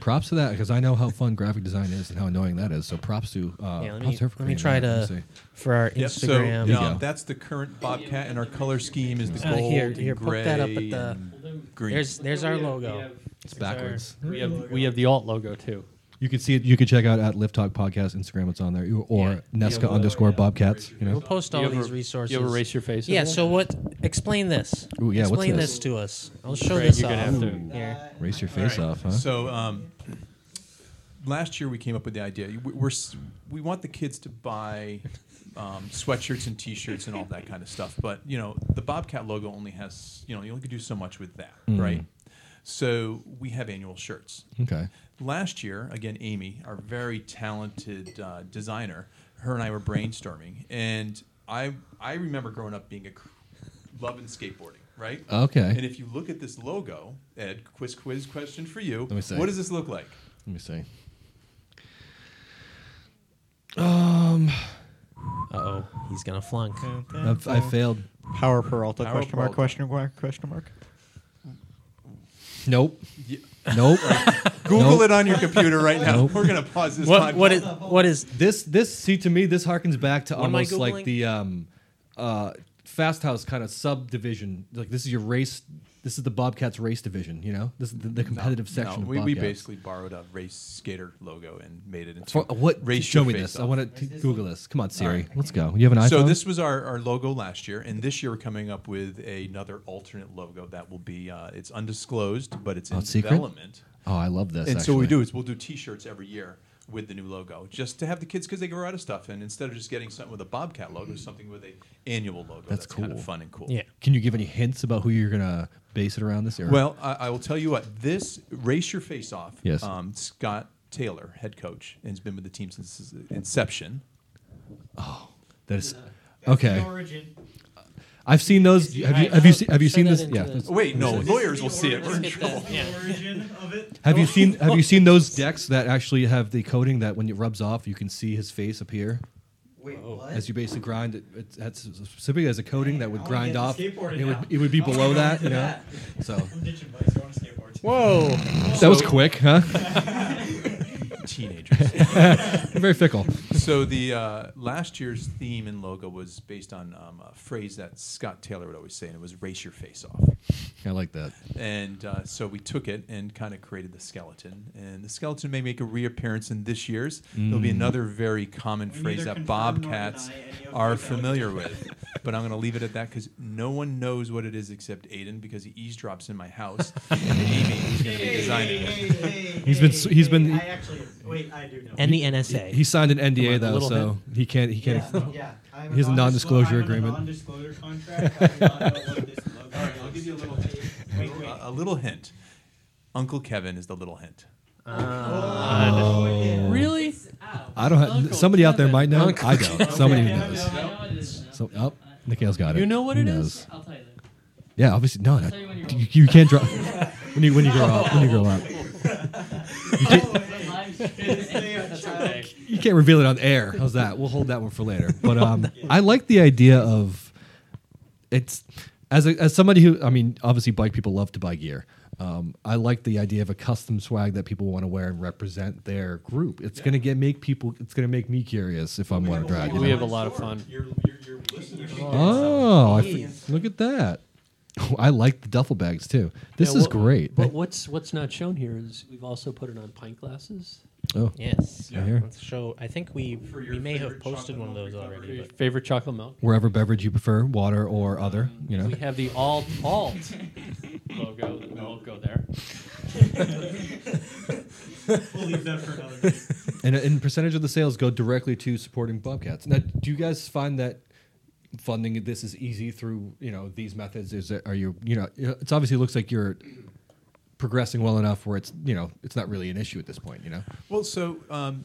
Props to that because I know how fun graphic design is and how annoying that is. So props to. Uh,
yeah, let
props
me,
to her for
let me
creating
try
that.
to
Let's see.
for our
Yep, so
Instagram.
yeah,
There you go.
that's the current Bobcat, and our color scheme is the
Uh,
gold
here-
and
here, poke
gray
that up at the-
and
Well,
green.
There's there's our logo.
It's backwards.
We have we have the alt logo too.
You can see it. You can check out at Lift Talk Podcast Instagram. It's on there, You- or
Yeah.
Nesca
Yeah.
underscore Bobcats. You
We'll
know,
post
You
all
ever-
these resources.
You ever raise your face? at
yeah.
all?
So what? Explain this.
Ooh, yeah, what's
Explain
this?
this? to us. I'll show
Craig,
this
you're gonna
off.
have to-
Here.
race your face off, huh?
So um, last year we came up with the idea. We, we're s- we want the kids to buy um, sweatshirts and T-shirts and all that kind of stuff. But you know, the Bobcat logo only has you know you only can do so much with that,
Hmm.
right? So we have annual shirts.
okay.
Last year, again, Amy, our very talented uh, designer, her and I were brainstorming, and I I remember growing up being a cr- loving skateboarding, right?
Okay.
And if you look at this logo, Ed, quiz quiz question for you.
me see.
What does this look like?
Let me see.
Uh oh, he's gonna flunk.
Um, I've, I failed.
Power Peralta?
Power
question
Peralta.
mark? Question mark? Question mark?
Nope. Nope.
Google
Nope.
it on your computer right now.
Nope.
We're gonna pause this.
What what
podcast.
is what is?
this this see to me this harkens back to
What am I
almost like
Googling?
the um, uh, fast house kind of subdivision. Like this is your race. this is the Bobcats race division. You know, this is the, the competitive section.
No,
of
we, we
Bobcats.
basically borrowed a race skater logo and made it into
For- uh, what?
Race
show
Your
me
Face
this. I
Off.
want to
this
Google
one?
this. Come on, Siri.
right.
Let's go. You have an iPhone.
So this was our, our logo last year, and this year we're coming up with another alternate logo that will be uh, it's undisclosed, but it's
Oh,
in
it's secret?
development.
Oh, I love this.
and so what we
actually.
do is we'll do T-shirts every year with the new logo, just to have the kids because they grow out of stuff, and instead of just getting something with a Bobcat logo, something with a annual logo. That's,
That's
kind
cool.
of fun and cool.
Yeah.
Can you give any hints about who you're gonna base it around this era?
Well, I, I will tell you what. This race your face off.
Yes.
Um, Scott Taylor, head coach, and has been with the team since its inception.
that is okay.
origin.
I've seen those.
you-
Have you
I-
have you
I'll
seen have you
turn
seen
that
this?
into
Yeah.
the-
that's-
Wait, no,
that's-
lawyers will see it. We're in trouble.
origin of it.
Have you seen have you seen those decks that actually have the coating that when it rubs off, you can see his face appear?
Wait, what?
Oh, As you basically grind it, it's that's specifically as a coating that would
I wanna
grind
get
off. It
skateboarded
would
now.
it would be
I wanna
*laughs*
below
go
that,
to
you know.
that.
So
I'm ditching bikes. I want to skateboard. Too.
Whoa.
that was quick, huh? *laughs*
Teenagers.
Very fickle.
so the uh, last year's theme and logo was based on um, a phrase that Scott Taylor would always say, and it was "race your face off."
I like that.
And uh, so we took it and kind of created the skeleton. And the skeleton may make a reappearance in this year's. There'll be another very common
We
phrase
neither
that
confirm nor
Bobcats
deny any of
are
these
familiar with. But I'm going to leave it at that because no one knows what it is except Aiden because he eavesdrops in my house. and Amy is going to be designing it.
He's been s- he's been-
I actually wait. I do know.
And the NSA.
He signed an
Come
NDA
on, a
though,
little
so he can't he
yeah,
can't.
yeah. I'm
He has a
non-disclo-
non-disclosure
I'm
agreement.
On a non-disclosure contract. I do not know
*laughs*
what this logo
All right, I'll
is.
give you a little Uh,
Wait, wait.
A, a little hint. Uncle Kevin is the little hint.
*laughs*
Oh,
uh,
Really?
I don't have. Somebody out there might know. I don't. Somebody
Kevin.
knows.
I know what it is now.
So, oh, Nikhil's got it.
You know what
He
it is?
knows.
I'll tell you later.
Yeah, obviously. No, no.
tell you when you're
You,
old.
*laughs*
you can't drop when you when you grow up. When you grow up,
Oh, *laughs*
you can't reveal it on air. How's that? We'll hold that one for later. But um, I like the idea of it's as a, as somebody who I mean, obviously, bike people love to buy gear. Um, I like the idea of a custom swag that people want to wear and represent their group. It's gonna get make people. It's gonna make me curious if I'm want to drag. you
We
know?
have a lot of fun.
Your, your, your listeners.
Oh, I fi- look at that. *laughs* I like the duffel bags too. This
Yeah,
is
wha-
great.
But what's what's not shown here is we've also put it on pint glasses.
oh,
Yes.
Yeah. Here.
Let's show. I think we
For your
we may have
favorite
posted
chocolate
one of those
milk
already.
Your
But
favorite chocolate milk.
wherever beverage you prefer, water or other, you know.
We have the all alt *laughs* logo. that won't go there.
We'll leave that for another day.
And uh, and percentage of the sales go directly to supporting Bobcats. Now, do you guys find that funding this is easy through you know these methods? Is it, are you you know it's obviously looks like you're progressing well enough where it's you know it's not really an issue at this point. You know.
Well, so um,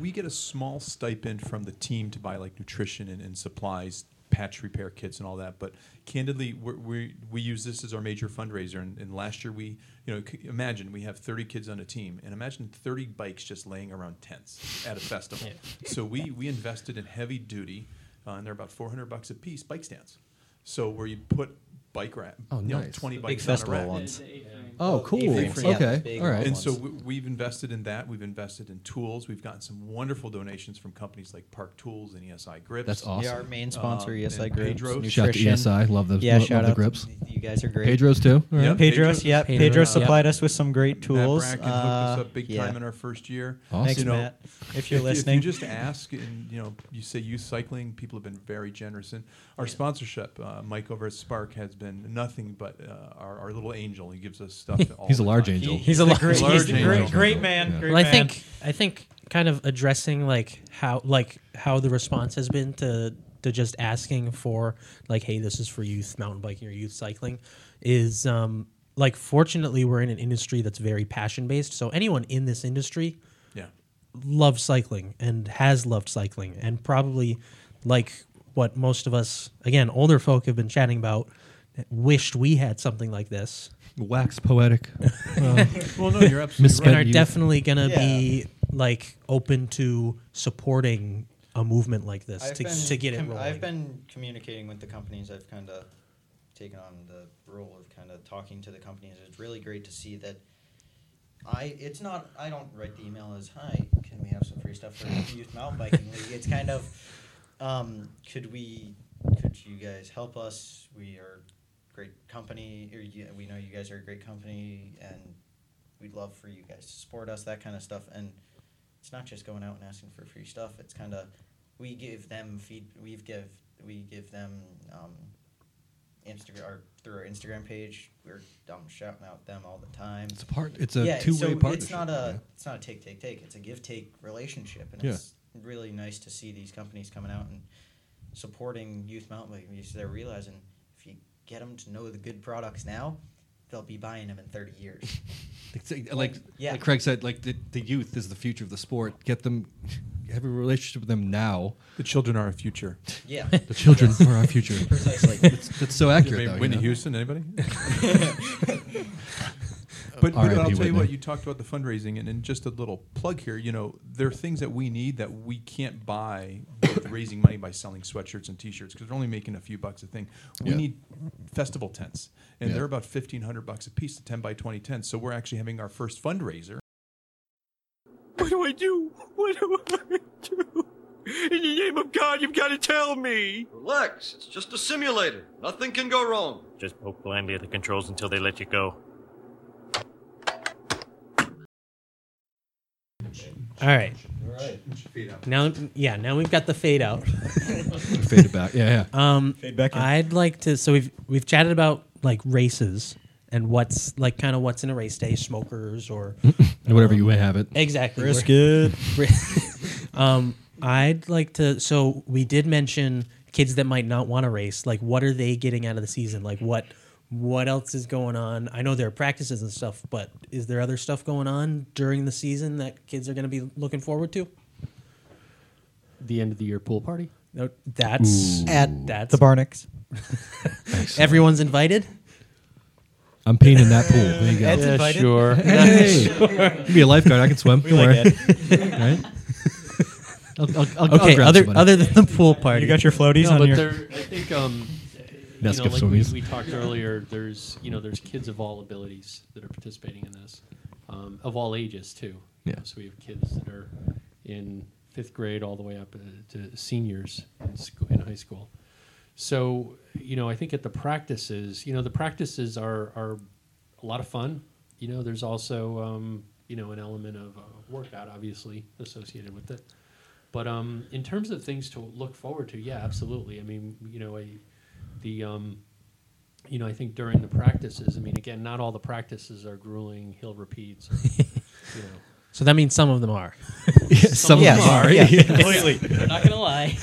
we get a small stipend from the team to buy like nutrition and, and supplies, patch repair kits, and all that. But candidly, we're, we we use this as our major fundraiser. And, and last year, we you know c- imagine we have 30 kids on a team, and imagine 30 bikes just laying around tents at a festival. So we we invested in heavy duty, uh, and they're about 400 bucks a piece bike stands. So where you put bike rack,
Oh,
you know,
nice.
20
big
bikes
festival
on a rack.
one.
Oh, cool.
A-frames, yeah, the
okay.
big
All right.
And
ones.
so we- we've invested in that. We've invested in tools. We've gotten some wonderful donations from companies like Park Tools and ESI Grips.
That's awesome.
Yeah, our main sponsor,
Um,
ESI
and
Grips.
Pedro.
Shout out to
Nutrition.
ESI. Love the
Yeah,
love
shout
the
out
grips.
to you guys are great.
Pedro's too. All right.
Yep.
Pedro's,
Pedro's.
yeah.
Pedro,
Pedro,
yeah.
supplied us with some great tools.
Matt Bracken
Uh,
hooked us up big
yeah.
time in our first year.
Awesome.
Thanks,
You know,
Matt. If you're
if,
listening,
If you just ask, and you know, you say youth cycling, people have been very generous. And our sponsorship, uh, Mike over at Spark, has been nothing but uh, our, our little angel. He gives
*laughs*
us stuff. all
He's a
the
large
time.
angel.
he's a large,
great-
he's
large
the
angel.
great, great man. Great
well, I
man.
think I think kind of addressing like how like how the response has been to to just asking for like, hey, this is for youth mountain biking or youth cycling, is um like fortunately we're in an industry that's very passion based. So anyone in this industry
Yeah.
loves cycling and has loved cycling and probably like what most of us again older folk have been chatting about wished we had something like this
Wax poetic.
Well, no,
*laughs*
you're absolutely
Misspent
and
right.
are
youth.
definitely gonna
Yeah.
be like open to supporting a movement like this
I've
to,
been
to get it
com-
rolling.
I've been communicating with the companies. I've kind of taken on the role of kind of talking to the companies. It's really great to see that. I it's not I don't write the email as hi. Can we have some free stuff for the youth mountain biking league? It's kind of um, could we could you guys help us? We are great company. Or you, we know you guys are a great company, and we'd love for you guys to support us. That kind of stuff. And it's not just going out and asking for free stuff. It's kind of we give them feed. We give we give them um, Instagram or through our Instagram page. We're um, shouting out them all the time
It's a part. It's a
yeah,
two-way
so
partnership.
It's not a
yeah.
it's not a take take take. It's a give take relationship, and
Yeah.
it's really nice to see these companies coming out and supporting youth mountain biking because they're realizing if you get them to know the good products now, they'll be buying them in thirty
*laughs*
years.
It's like, like,
yeah.
like Craig said, like the, the youth is the future of the sport. Get them, have a relationship with them now.
The children are our future.
yeah,
The children are our future.
*laughs* precisely.
That's, that's so accurate.
Maybe
Though, you
Whitney
know?
Houston, anybody? *laughs* but, but I'll tell
R.I.P.
you what,
Whitney.
you talked about the fundraising, and, and just a little plug here. You know, there are things that we need that we can't buy with raising money by selling sweatshirts and T-shirts because they're only making a few bucks a thing. We
Yeah.
need festival tents, and
Yeah.
they're about fifteen hundred bucks a piece, the ten by twenty tents. So we're actually having our first fundraiser.
What do I do? What do I do? In the name of God, you've got to tell me.
Relax, it's just a simulator. Nothing can go wrong.
Just poke blindly at the controls until they let you go.
All right.
All right.
Now, yeah, now we've got the fade out.
Fade it back. Yeah, yeah.
Um,
Fade back in.
I'd like to. So we've we've chatted about like races and what's like kind of what's in a race day, smokers or
Whatever you may have it.
exactly where- *laughs*
good.
um, I'd like to. So we did mention kids that might not want to race. Like, what are they getting out of the season? Like, what what else is going on? I know there are practices and stuff, but is there other stuff going on during the season that kids are going to be looking forward to?
The end of the year pool party.
No, that's
At
that's
the Barnicks.
Everyone's invited.
I'm peeing in that pool. There you go.
Ed's invited.
sure. Hey, you can be a lifeguard. I can swim. Don't worry. *laughs* right? I'll, I'll,
*laughs*
I'll, I'll
Okay,
grab
other
somebody.
other than the pool party,
You got your floaties
no,
on
but
your.
there, I think um, you
Nest
know,
gift
like we,
swimmies.
we talked earlier, there's you know there's kids of all abilities that are participating in this, um, of all ages too. You
Yeah.
know, so we have kids that are in fifth grade all the way up uh, to seniors in, school, in high school. So you know, I think at the practices, you know, the practices are are a lot of fun. You know, there's also um, you know an element of uh, workout obviously associated with it. But um, in terms of things to look forward to, yeah, absolutely. I mean, you know, I, the um, you know, I think during the practices, I mean, again, not all the practices are grueling hill repeats. *laughs* Or, you know,
so that means some of them are.
Some
Yes.
of them are.
Yeah.
Completely. I'm not gonna lie.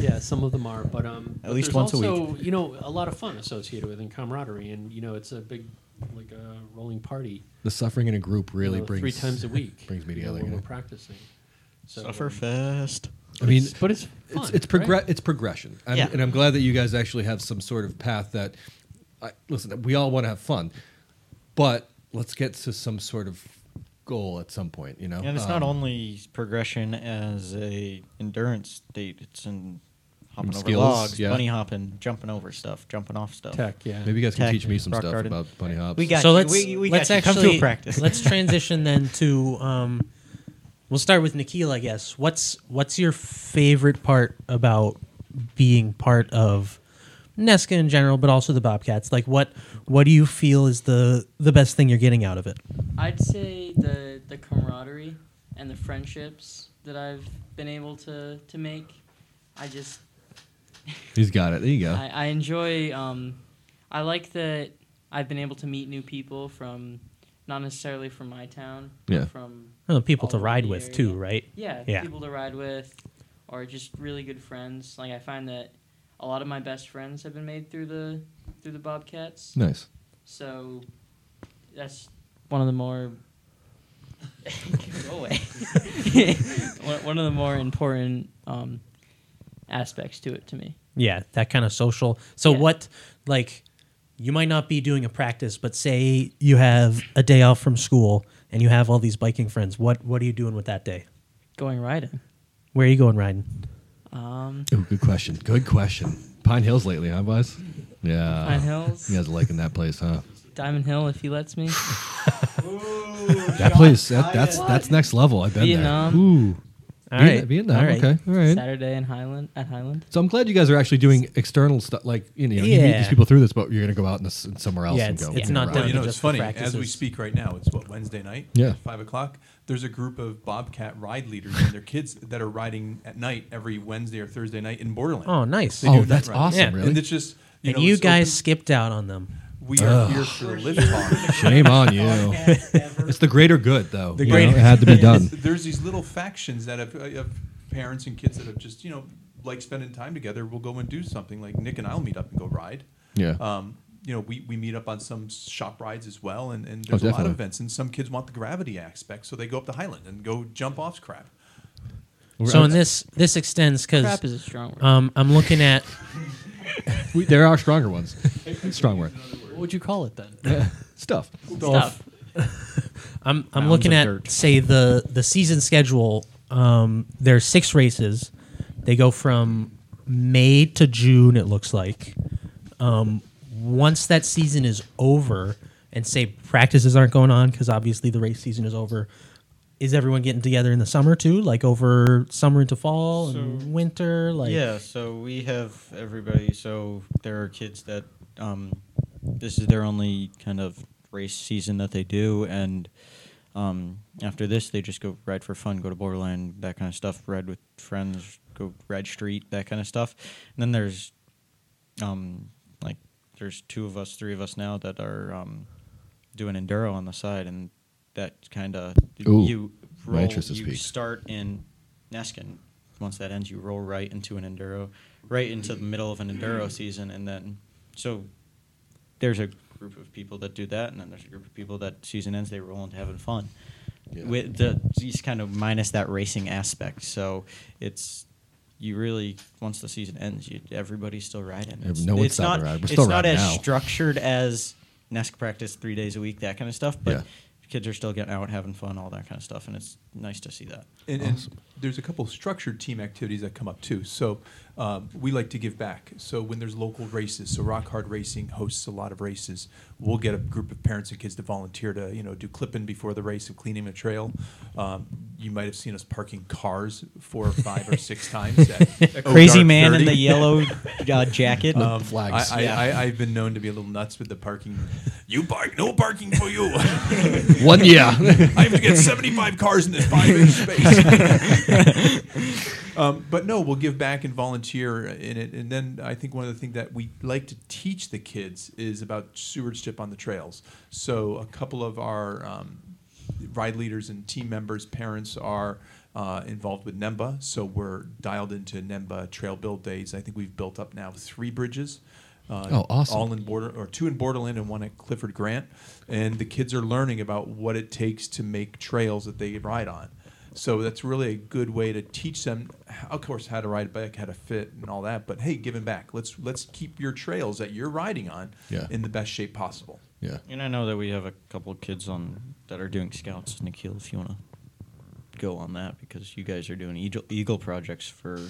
yeah, some of them are, but um,
At least once a week.
a week. You know, a lot of fun associated with it and camaraderie, and you know, it's a big like a rolling party.
The suffering in a group
you
really
know,
brings
three times a
*laughs*
week
brings me
you know,
together.
when
yeah.
we're practicing. So, um,
Sufferfest.
I mean,
it's- but it's fun,
it's it's, progre-
right?
it's progression, I'm,
Yeah.
and I'm glad that you guys actually have some sort of path that. I, listen, we all want to have fun, but let's get to some sort of goal at some point. You know,
And it's not
Um,
only progression as a endurance state. It's in hopping over
skills,
logs,
yeah.
bunny hopping, jumping over stuff, jumping off stuff.
tech, yeah.
Maybe you guys can
tech,
teach me some
rock
stuff
garden.
about bunny hops.
We got
so
you.
let's
we, we
let's
got you.
actually
come to a
*laughs*
practice.
let's transition
*laughs*
then to um, we'll start with Nikhil, I guess. What's what's your favorite part about being part of Nesca in general, but also the Bobcats? Like, what what do you feel is the the best thing you're getting out of it?
*laughs* I'd say the the camaraderie and the friendships that I've been able to to make. I just
He's got it. There you go.
I, I enjoy. Um, I like that I've been able to meet new people from not necessarily from my town. but
Yeah.
From
Oh, people to
All
ride
the
with
area.
too, right?
yeah,
Yeah.
people to ride with, or just really good friends. Like I find that a lot of my best friends have been made through the through the Bobcats.
nice.
So that's one of the more go away. *laughs* one, one of the more important um, aspects to it to me.
Yeah, that kind of social. So
Yeah.
what like you might not be doing a practice, but say you have a day off from school and you have all these biking friends. What what are you doing with that day?
Going riding.
Where are you going riding?
Um,
Ooh, Oh, good question. Good question. Pine Hills lately, huh, boys? Yeah.
Pine Hills,
You guys are liking that place, huh?
Diamond Hill, if he lets me.
That place, that, that's that's next level. I've been
Vietnam.
there. Ooh,
All
Vietnam,
right.
Vietnam,
All right.
okay, all right.
Saturday in Highland at Highland.
So I'm glad you guys are actually doing external stuff. Like you know, you meet
Yeah.
these people through this, but you're gonna go out in this, somewhere else
Yeah,
and
it's-
go.
it's
you know,
not
right.
Well, you know,
just
it's
the
funny. As we
practices.
speak right now, it's what Wednesday night.
Yeah.
Five o'clock. There's a group of Bobcat ride leaders and their kids that are riding at night every Wednesday or Thursday night in Borderland.
Oh, nice.
They do
Oh,
a night
that's
ride.
awesome,
Yeah.
really.
And it's just you
and
know,
you
it's
guys
open-
skipped out on them.
we are here for the live talk.
*laughs* Shame on you. it's the greater good, though.
The
you
greater
know, it had to be done.
*laughs* *laughs* There's these little factions that have, uh, of parents and kids that have just you know like spending time together. We'll go and do something. Like Nick and I'll meet up and go ride.
Yeah.
Um, you know, we, we meet up on some shop rides as well, and,
Oh,
and there's a lot of
definitely.
events. And some kids want the gravity aspect, so they go up to Highland and go jump off crap.
We're-
So and this this extends
Crap is
because
a strong word.
um, I'm looking at
we, there are stronger ones. Strong word. *laughs*
What would you call it then?
Stuff.
Stuff.
*laughs* I'm I'm
Mounds
looking
of
at
dirt.
say the the season schedule. Um, there's six races. They go from May to June. It looks like. Um, once that season is over, and say practices aren't going on because obviously the race season is over. Is everyone getting together in the summer too? Like over summer into fall and winter? Like
yeah, so we have everybody. So there are kids that um, this is their only kind of race season that they do, and um, after this, they just go ride for fun, go to Borderland, that kind of stuff, ride with friends, go ride street, that kind of stuff. And then there's um, like there's two of us, three of us now that are um, doing enduro on the side, and that kind of
Ooh,
you
my
roll,
interest is
you
piqued.
start in Neskin. Once that ends, you roll right into an enduro, right into the middle of an enduro season, and then so there's a group of people that do that, and then there's a group of people that season ends they roll into having fun.
Yeah.
With the just kind of minus that racing aspect, so it's you really once the season ends, you, everybody's still riding.
Yeah,
It's,
no one's
it's
stopping
not
to ride. We're
it's
still
not
riding
as
now.
structured as Nesk practice three days a week, that kind of stuff. But
Yeah.
kids are still getting out, having fun, all that kind of stuff, and it's nice to see that.
And, and there's a couple structured team activities that come up too. So um, we like to give back. So when there's local races, so Rock Hard Racing hosts a lot of races. We'll get a group of parents and kids to volunteer to you know do clipping before the race and cleaning the trail. Um, you might have seen us parking cars four or five or
*laughs*
six times. At
*laughs* Crazy
Oak Dark
man in
30.
the yellow uh, jacket.
the flags.
I, I,
Yeah.
I, I've been known to be a little nuts with the parking. You park, no parking for you. *laughs*
One yeah.
I have to get 75 cars in this five inch space. um, but no, we'll give back and volunteer in it. And then I think one of the things that we like to teach the kids is about stewardship on the trails. So a couple of our um, ride leaders and team members, parents are. Uh, involved with NEMBA, so we're dialed into NEMBA trail build days. I think we've built up now three bridges. Uh,
Oh, awesome.
All in border or two in Borderland and one at Clifford Grant, and the kids are learning about what it takes to make trails that they ride on. So that's really a good way to teach them, of course, how to ride a bike, how to fit, and all that. But hey, giving back. Let's let's keep your trails that you're riding on
Yeah.
in the best shape possible.
yeah.
And I know that we have a couple of kids on that are doing scouts. Nikhil, if you want to go on that, because you guys are doing eagle, eagle projects for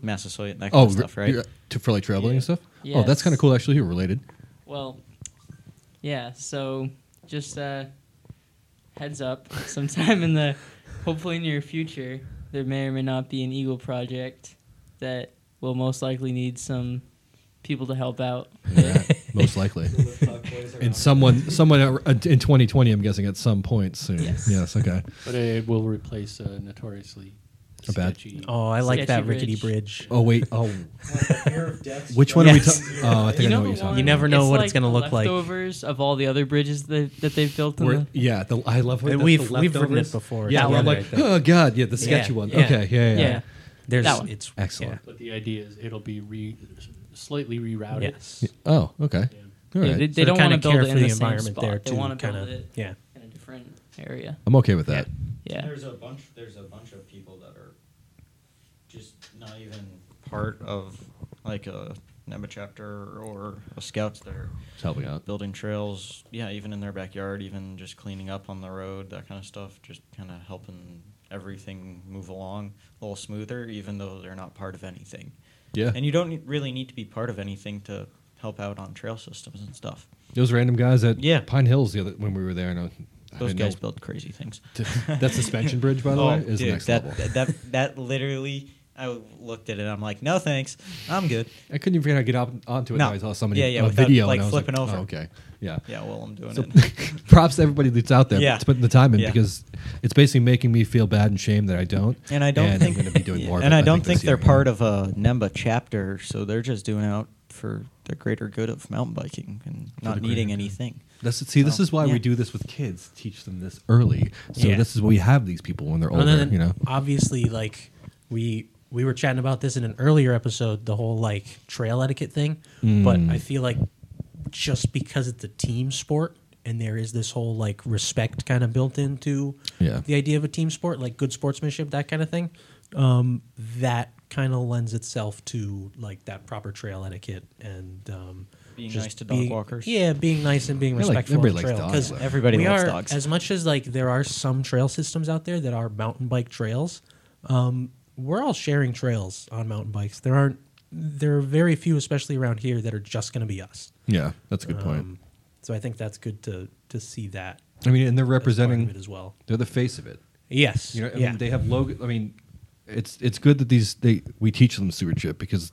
Massasoit and that kind
Oh,
of stuff, right?
you're- to, for like trailblazing
Yeah.
stuff. Oh, that's
Yes.
kind of cool. Actually, you're related.
Well, yeah. So just uh, heads up. *laughs* Sometime in the hopefully near future, there may or may not be an Eagle project that will most likely need some people to help out.
Yeah, most likely. And someone, someone ar- in 2020, I'm guessing at some point soon.
Yes.
okay.
But it will replace a notoriously
A bad-
sketchy.
oh, I like
Sketchy
that rickety bridge.
*laughs* Oh wait. Oh, which one are we? Ta- oh, I think I know what you're talking.
You never
about.
know what it's gonna look like.
Leftovers of all the other bridges that, that they've built. In
We're,
the,
yeah, the, I love what
And
that's
we've
the
we've written
leftovers.
it before.
Yeah,
*laughs* That
where
together.
I'm like, oh god, yeah, the sketchy
Yeah,
one.
yeah.
Okay, yeah, yeah.
yeah.
There's
that one.
it's
Excellent.
But the idea is it'll be re- slightly rerouted.
Yeah. Yes.
Oh, okay. All
Yeah,
right.
They, they
So to
don't want to
kinda
build
care
it
for
in the,
the
same
environment
spot.
there
they
too,
want to build
kinda-
it
yeah.
in a different area.
I'm okay with that.
Yeah.
There's a bunch. There's a bunch of people that are just not even part of like a NEMA chapter or a scouts that are
It's helping out.
building trails. Yeah, even in their backyard, even just cleaning up on the road, that kind of stuff. Just kind of helping everything move along a little smoother, even though they're not part of anything.
Yeah.
And you don't need- really need to be part of anything to help out on trail systems and stuff.
Those random guys at
Yeah.
Pine Hills the other when we were there, and I,
Those
I
guys
know.
build crazy things.
*laughs* That suspension bridge, by the
Oh,
way, is
dude,
next
that,
level.
That that literally, I looked at it. I'm like, no thanks, I'm good.
I couldn't even figure out how to get up onto it.
No.
until I saw somebody
Yeah, yeah,
a
without,
video
like,
and I was
flipping
like,
over.
Oh, okay, yeah,
Yeah, well, I'm doing
So,
it. *laughs*
props to everybody that's out there
Yeah.
putting the time in
Yeah.
because it's basically making me feel bad and shame that I don't.
And I don't think
I'm going to be
*laughs*
doing more. of
And
it,
I don't think,
this
they're
year.
part of a NEMBA chapter, so they're just doing it out for the greater good of mountain biking and
the
not
greater
needing
good.
anything.
That's see. This
So,
is why
yeah.
we do this with kids. Teach them this early. So
Yeah.
this is what we have these people when they're older.
and then
you know.
obviously like we we were chatting about this in an earlier episode the whole like trail etiquette thing but
Mm.
i feel like just because it's a team sport and there is this whole like respect kind of built into
Yeah.
the idea of a team sport like good sportsmanship that kind of thing um, that kind of lends itself to like that proper trail etiquette and um,
Being
just
nice to dog
being-
walkers.
Yeah, being nice and being
Yeah, like,
respectful on
everybody
the
likes
trail.
dogs,
'cause
though.
Everybody
we
loves
are-
dogs.
As much as like there are some trail systems out there that are mountain bike trails, um, we're all sharing trails on mountain bikes. There aren't there are very few, especially around here, that are just going to be us.
Yeah, that's a good point.
Um, so I think that's good to to see that
I mean, and they're
as part of
representing.
it as well.
They're the face of it.
Yes.
You know, I
yeah.
mean, they have logo. I mean, it's it's good that these they we teach them stewardship because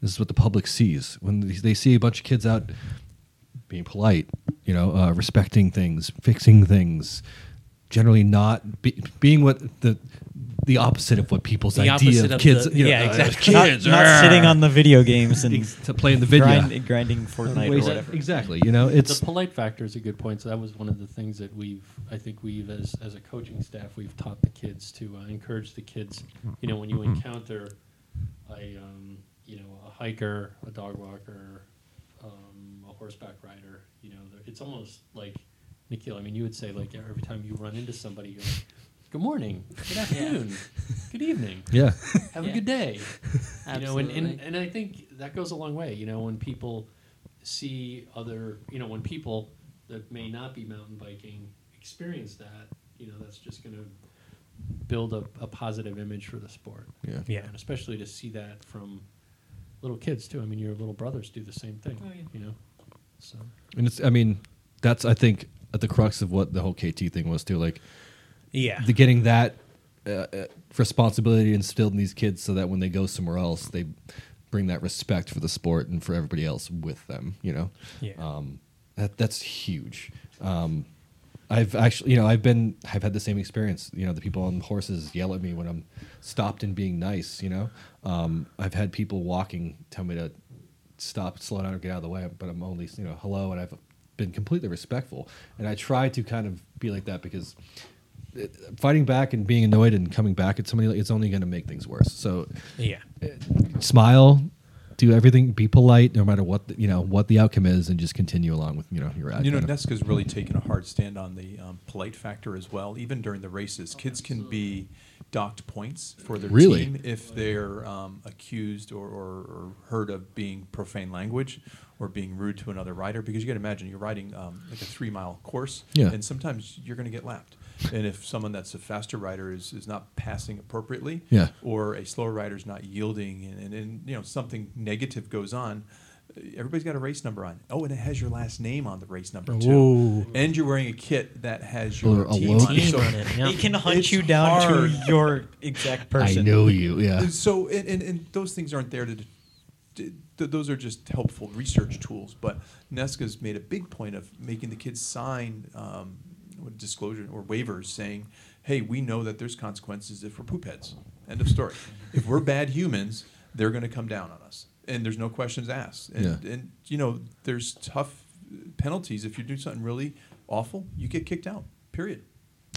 this is what the public sees when they- they see a bunch of kids out being polite, you know, uh, respecting things, fixing things, generally not be, being what the the opposite of what people's
The
idea
opposite
of
of
kids.
the-
you know,
yeah,
uh,
exactly.
Not-
kids
not,
argh,
sitting on the video games and
ex- *laughs* to play in the video.
grind- grinding Fortnite or
Waste-
whatever.
Exactly. You know, it's
the polite factor is a good point. So that was one of the things that we've, I think we've as as a coaching staff, we've taught the kids to uh, encourage the kids. You know, when
Mm-hmm.
you encounter a um, you know a hiker, a dog walker, um, a horseback rider, you know, they're- it's almost like Nikhil. I mean, you would say like every time you run into somebody, you're like, "Good morning, good afternoon, good evening."
yeah.
have a
Yeah.
good day. you know, and, and,
Absolutely.
and I think that goes a long way. You know, when people see other, you know, when people that may not be mountain biking experience that, you know, that's just going to build a, a positive image for the sport.
Yeah.
Yeah.
And especially to see that from little kids too. I mean, your little brothers do the same thing.
Oh, yeah.
You know, so
And it's. I mean, that's. I think at the crux of what the whole KT thing was too. Like.
yeah.
the getting that uh, uh, responsibility instilled in these kids so that when they go somewhere else they bring that respect for the sport and for everybody else with them you know
Yeah.
um, that, that's huge um, i've actually you know i've been i've had the same experience you know the people on horses yell at me when i'm stopped and being nice you know um, i've had people walking tell me to stop slow down or get out of the way but i'm only you know hello and i've been completely respectful and i try to kind of be like that because uh, fighting back and being annoyed and coming back at somebody it's only going to make things worse so
yeah.
smile do everything be polite no matter what the, you know what the outcome is and just continue along with you know your
You know,
kind of-
Nesca's really taken a hard stand on the um, polite factor as well. Even during the races, kids can be docked points for their
Really?
team if they're um, accused or, or, or heard of being profane language or being rude to another rider. Because you got to imagine you're riding um, like a three mile course,
Yeah.
and sometimes you're going to get lapped. And if someone that's a faster rider is, is not passing appropriately,
Yeah.
or a slower rider's not yielding, and, and, and you know something negative goes on, everybody's got a race number on. Oh, and it has your last name on the race number too.
Whoa.
And you're wearing a kit that has
Or
your
a
team
logo.
on it. So,
*laughs*
on it, yeah.
They can hunt
It's
you down
hard.
to your exact
i
person.
know you yeah
so and, and, and those things aren't there to. d- d- th- those are just helpful research tools, but Nesca's made a big point of making the kids sign um, what disclosure or waivers saying, "Hey, we know that there's consequences if we're poop heads." End of story. if we're bad humans, they're going to come down on us, and there's no questions asked. And,
Yeah.
and you know, there's tough penalties if you do something really awful. You get kicked out. Period.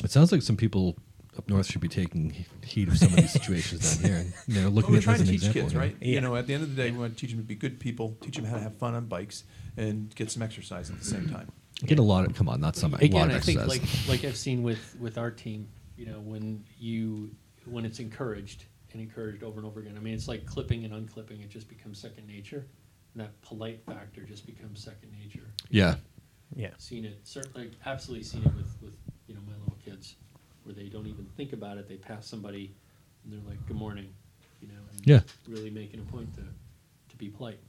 it sounds like some people up north should be taking he- heed of some of these situations down here and you know looking
Well, we're
at
trying
this as
to
an
teach
example
kids,
you know.
right?
Yeah.
You know, at the end of the day, we want to teach them to be good people, teach them how to have fun on bikes, and get some exercise at the same time.
get a lot of come on not some a lot
again,
of
I think
exercise
like like I've seen with with our team, you know, when you when it's encouraged and encouraged over and over again. I mean, it's like clipping and unclipping; it just becomes second nature, and that polite factor just becomes second nature.
yeah
Yeah.
Seen it certainly, absolutely seen it with with you know my little kids, where they don't even think about it. They pass somebody, and they're like, "Good morning," you know, and
Yeah.
really making a point to to be polite.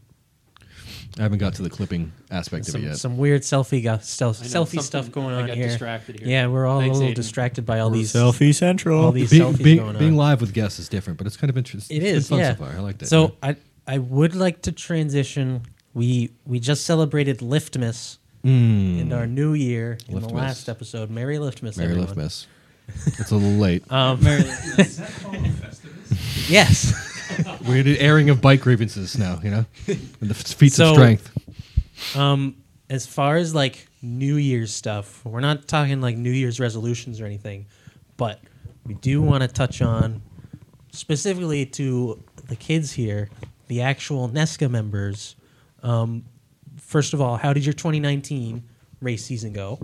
I haven't got to the clipping aspect
some,
of it yet.
some weird selfie go, self,
I know,
selfie
something-
stuff going
I
on
got
here.
distracted here.
Yeah, we're all
Thanks,
a little
Aiden.
distracted by all
We're
these
selfie central.
All these
being,
selfies
being-
going on.
being live with guests is different, but it's kind of interesting.
It
it's been
is,
fun
yeah.
so far. I like that.
So I I would like to transition. We we just celebrated Liftmas
Mm.
in our new year in the
Liftmas.
last episode. Merry Liftmas,
Mary
everyone.
left mess. It's a
*laughs*
little late.
Um,
Is that called Festivus?
yes.
We're doing airing of bike grievances now. You know, and the f- feats
So-
of strength.
Um, as far as like New Year's stuff, we're not talking like New Year's resolutions or anything, but we do want to touch on specifically to the kids here, the actual Nesca members. Um, first of all, how did your 2019 race season go?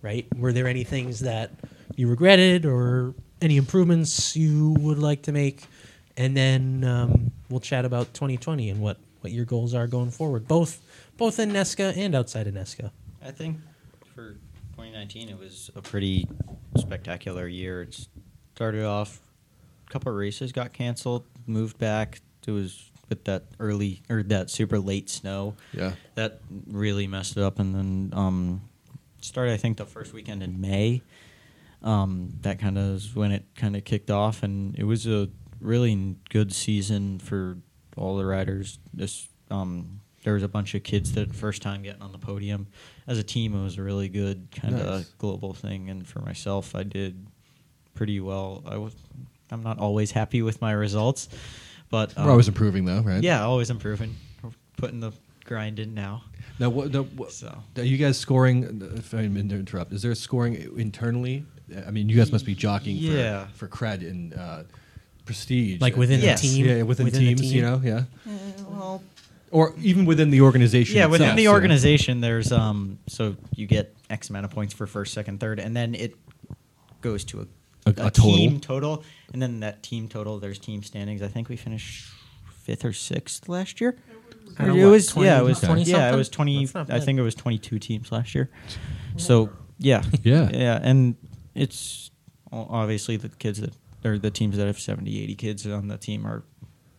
Right? Were there any things that you regretted or any improvements you would like to make? And then um, we'll chat about 2020 and what, what your goals are going forward, both both in Nesca and outside of Nesca.
I think for 2019, it was a pretty spectacular year. It started off, a couple of races got canceled, moved back. It was with that early or that super late snow.
Yeah.
That really messed it up. And then um, started, I think, the first weekend in May. Um, that kind of is when it kind of kicked off. And it was a really n- good season for all the riders. This, um, there was a bunch of kids that first time getting on the podium as a team, it was a really good kind of
Nice.
global thing. And for myself, I did pretty well. I was, I'm not always happy with my results, but
We're always improving, though, right?
um, Yeah, always improving. We're putting the grind in now.
Now, what, now, what
So.
are you guys scoring? If I mean to interrupt, is there scoring internally? I mean, you guys must be jockeying
Yeah.
for, for cred and uh, prestige,
Like within
the
yeah.
team?
yeah,
Within
within,
the
teams,
team?
you know, yeah,
well,
or even within the organization.
yeah, within
itself,
the
you know?
organization, there's um, so you get X amount of points for first, second, third, and then it goes to a,
A- a total.
team total, and then that team total. There's team standings. I think we finished fifth or sixth last year.
Out of
it
what,
was
20
yeah, it was
20
yeah, it
something?
was twenty.
That's not
I
bad.
think it was twenty-two teams last year. So yeah,
*laughs* Yeah.
yeah, and it's o- obviously the kids that or the teams that have 70, 80 kids on the team are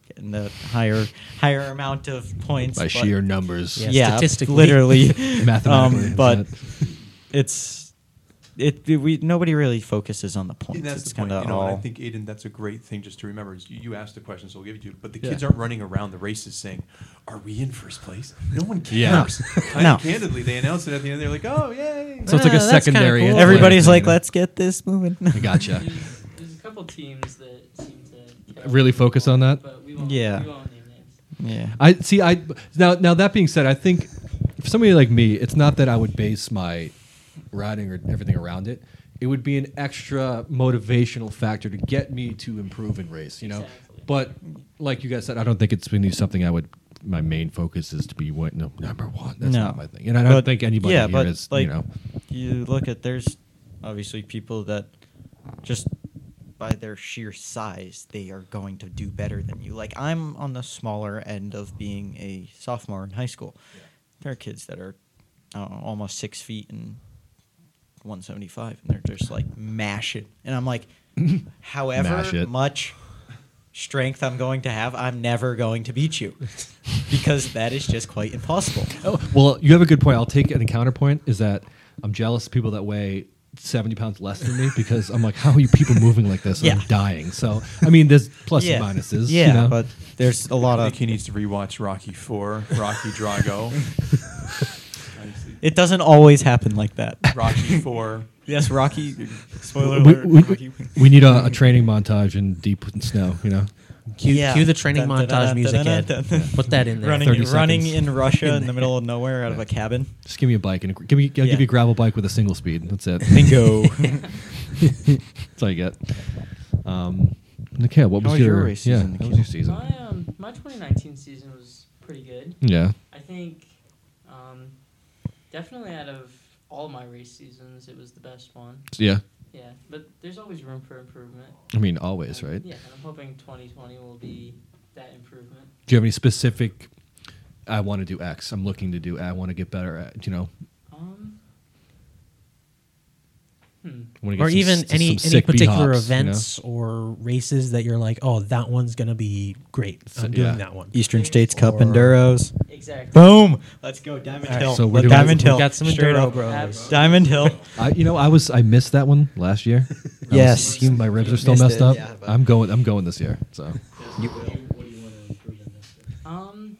getting the higher higher amount of points
by
but-
sheer numbers.
Yeah.
yeah,
statistically. *laughs*
literally,
*laughs* Mathematically,
Um, but
it's
it's it, we nobody really focuses on the points.
And that's
it's
the point.
kind of
You know,
all.
and I think Aiden, that's a great thing just to remember. Is you, you asked the question, so we'll give it to you. But the
Yeah.
kids aren't running around the races saying, "Are we in first place?" No one cares.
Yeah.
*laughs* Kind
*laughs* No.
of candidly, they announce it at the end. They're like, "Oh, yay!"
So it's like
Ah,
a
that's kinda
secondary.
cool.
influence
Everybody's
thing,
like,
you know?
"Let's get this moving."
I *laughs* gotcha.
*laughs*
There's, there's a couple teams that seem to catch
Really focus on that?
But we won't,
Yeah.
We won't name names.
yeah,
I see. I now now that being said, I think for somebody like me, it's not that I would base my riding or everything around it. It would be an extra motivational factor to get me to improve and race. You know,
Exactly.
but like you guys said, I don't think it's really something I would. My main focus is to be what no, number one. That's
No.
not my thing, and I don't
But-
think anybody
yeah,
here
but,
is,
like,
you know.
you look at there's obviously people that just by their sheer size they are going to do better than you like i'm on the smaller end of being a sophomore in high school there are kids that are I don't know, almost six feet and 175 and they're just like mashing and
*laughs*
i'm like however
Mash it.
much strength i'm going to have i'm never going to
*laughs*
beat you because that is just quite impossible
Oh, well, you have a good point. I'll take it. And counterpoint is that I'm jealous of people that weigh 70 pounds less than me because I'm like, how are you people moving like this?
Yeah.
I'm dying. So, I mean, there's plus and minuses. you
yeah
know?
but there's a lot
I
of
think he needs to rewatch Rocky Four, Rocky Drago,
*laughs*
*laughs*
It doesn't always happen like that.
Rocky Four. *laughs*
yes, Rocky. Spoiler
we, we, we need a, a training montage in deep snow, you know?
Cue,
Yeah.
cue the training
Dun, dun,
montage
dun,
music,
dun, dun,
Ed.
dun, dun.
Put that in there.
running,
30
running
seconds.
in Russia in the middle of nowhere out of a cabin.
Just give me a bike and a, give me, I'll
Yeah.
give you a gravel bike with a single speed. That's it.
*laughs* Bingo.
*laughs* That's all you get. Um, okay, what was
How was your
your,
race
yeah,
season,
How was your
Nikhil?
season?
*laughs* My um, my 2019 season was pretty good.
Yeah.
I think um, definitely out of all my race seasons, it was the best one.
Yeah.
Yeah, but there's always room for improvement.
I mean, always, right?
Yeah, and I'm hoping 2020 will be that improvement.
Do you have any specific? I want to do X. I'm looking to do. I want to get better at. You know,
Um,
Wanna get
or
some-
even
some
any any
sick
particular
B-hops, you know?
events or races that you're like, oh, that one's gonna be great. I'm doing that one.
Eastern States Cup Enduros.
Exactly.
Boom. Let's go Diamond
All right,
Hill.
so
we're doing-
Diamond
we
Hill.
got some
Straight
Enduro
up.
Bros.
Diamond Hill.
I, you know, I was I missed that one last year. I was-
Yes.
you- my ribs are still
Missed
messed
it,
up.
yeah, but-
I'm going. I'm going this year. So
Um,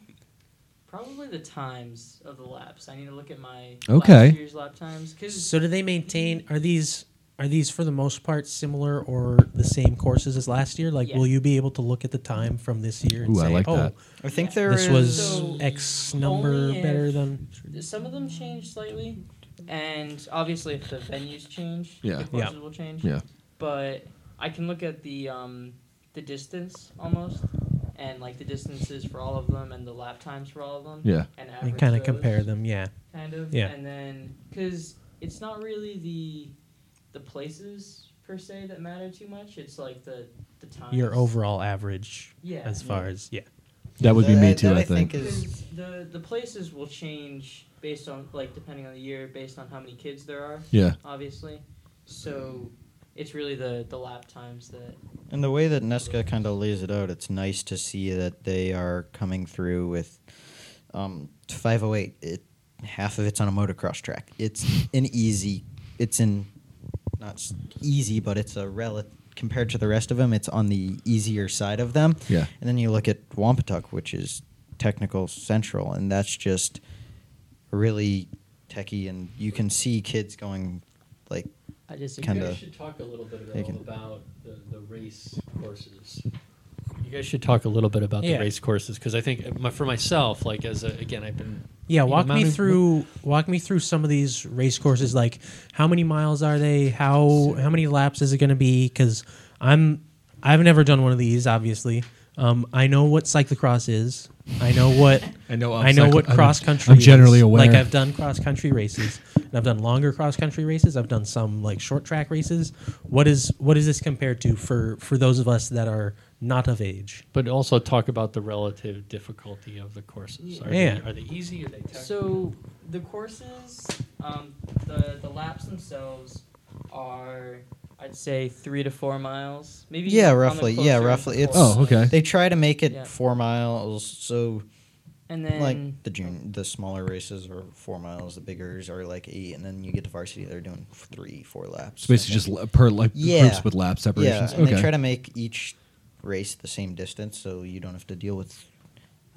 probably the times of the laps. I need to look at my
Okay.
last year's lap times because
So do they maintain? Are these are these for the most part similar or the same courses as last year? Like,
Yeah.
will you be able to look at the time from this year and
Ooh, I
say,
like
oh,
that.
I think there
this was
So,
X number
only if-
better than?
some of them change slightly, and obviously if the venues change,
Yeah.
the
Yeah.
courses will change.
Yeah.
But I can look at the um, the distance almost, and like the distances for all of them, and the lap times for all of them.
Yeah.
And,
And
average
kind of
those.
compare them, yeah.
kind of.
Yeah.
And then because it's not really the the places per se that matter too much. It's like the the times.
Your overall average,
Yeah.
as far as yeah.
that would be me too.
That
I,
I think
think.
is
'Cause the the places will change based on like depending on the year, based on how many kids there are.
Yeah.
Obviously, so it's really the the lap times that.
And the way that Nesca kind of lays it out, it's nice to see that they are coming through with um, 508. It half of it's on a motocross track. It's an easy. It's in not s- easy, but it's a relative compared to the rest of them. It's on the easier side of them.
Yeah.
And then you look at Wampatuck, which is technical central, and that's just really techie, and you can see kids going like
I just
kind
You
of
guys should talk a little bit
They
about,
can-
about the, the race courses. You guys should talk a little bit about
Yeah.
the race courses because I think uh, my, for myself, like as a, again, I've been
Yeah,
you know,
walk me
mountain-
through walk me through some of these race courses. Like, how many miles are they? How how many laps is it going to be? Because I'm I've never done one of these. Obviously, um, I know what cyclocross is. I know what
I know.
I know what cross country.
I'm generally
is.
aware.
Like I've done cross country races, and I've done longer cross country races. I've done some like short track races. What is what is this compared to for for those of us that are not of age?
But also talk about the relative difficulty of the courses. Are,
Yeah.
they, are they easy? Are they tough?
So the courses, um, the the laps themselves are, I'd say three to four miles, maybe.
Yeah,
on the
roughly. Yeah,
closer
roughly. It's
four.
Oh, okay.
They try to make it
Yeah.
four miles, so
And then
like the jun- the smaller races are four miles, the biggers are like eight, and then you get to varsity, they're doing three, four laps.
It's basically just la- per like
Yeah.
groups with lap
yeah,
separations.
and
okay.
they try to make each race the same distance, so you don't have to deal with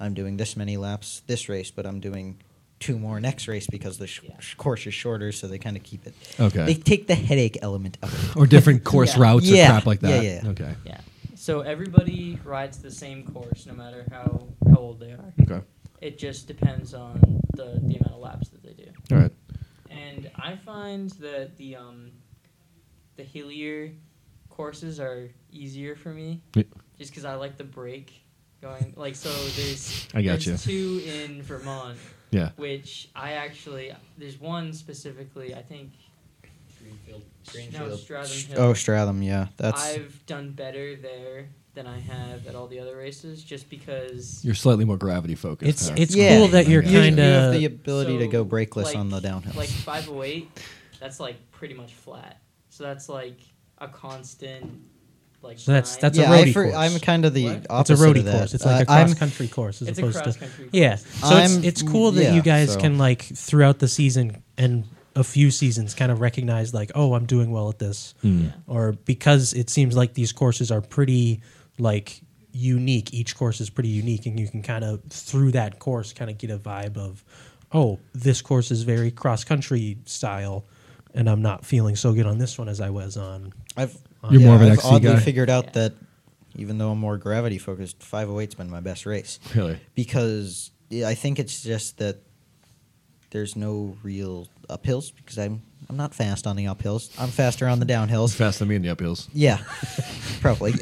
I'm doing this many laps this race, but I'm doing two more next race because the sh-
Yeah.
sh- course is shorter, so they kind of keep it.
Okay.
*laughs* They take the headache element out of it.
or
*laughs*
different course
Yeah.
routes
Yeah,
or crap like
yeah,
that.
yeah, yeah.
Okay.
Yeah. So everybody rides the same course, no matter how how old they are.
Okay.
It just depends on the the amount of laps that they do.
All right.
And I find that the um, the hillier courses are easier for me,
Yeah.
just because I like the break going. Like so, there's
I got
there's two in Vermont,
Yeah.
which I actually there's one specifically I think
Greenfield.
no
Greenfield.
Stratham Hill.
Oh, Stratham, yeah, that's
I've done better there than I have at all the other races, just because
You're slightly more gravity focused.
It's
huh?
it's
Yeah.
cool that you're
Okay.
You-
kind
You have the
of
ability to
So,
go brakeless
like-
on the downhills.
like 508 that's like pretty much flat so that's like a constant like
So that's-
grind.
that's a
yeah, I
roadie
fir-
course.
I'm kind of the
What? It's a
opposite
it's a roadie
of that.
course. It's like a
Uh, I'm-
cross country course as
it's
opposed
a
to
cross country
Yeah. So it's,
I'm-
it's cool that you
yeah,
guys
so-
can like throughout the season and a few seasons kind of recognize like, oh, I'm doing well at this,
Hmm. Mm.
yeah.
or because it seems like these courses are pretty like unique. Each course is pretty unique, and you can kind of through that course kind of get a vibe of, oh, this course is very cross country style, and I'm not feeling so good on this one as I was on.
I've
You're
yeah,
more of an
I've
XC
oddly
guy.
figured out
Yeah.
that even though I'm more gravity focused, 508's been my best race
*laughs* really.
because yeah, I think it's just that there's no real uphills because I'm I'm not fast on the uphills. I'm faster on the downhills.
Faster than me in the uphills.
Yeah,
*laughs*
*laughs* probably.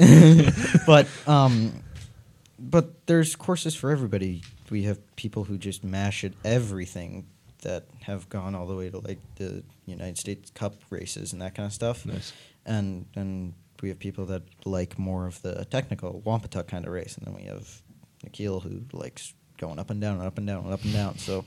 but um, but there's courses for everybody. We have people who just mash at everything that have gone all the way to like the United States Cup races and that kind of stuff.
Nice.
And and we have people that like more of the technical Wampatuck kind of race, and then we have Nikhil who likes going up and down and up and down and up and down. So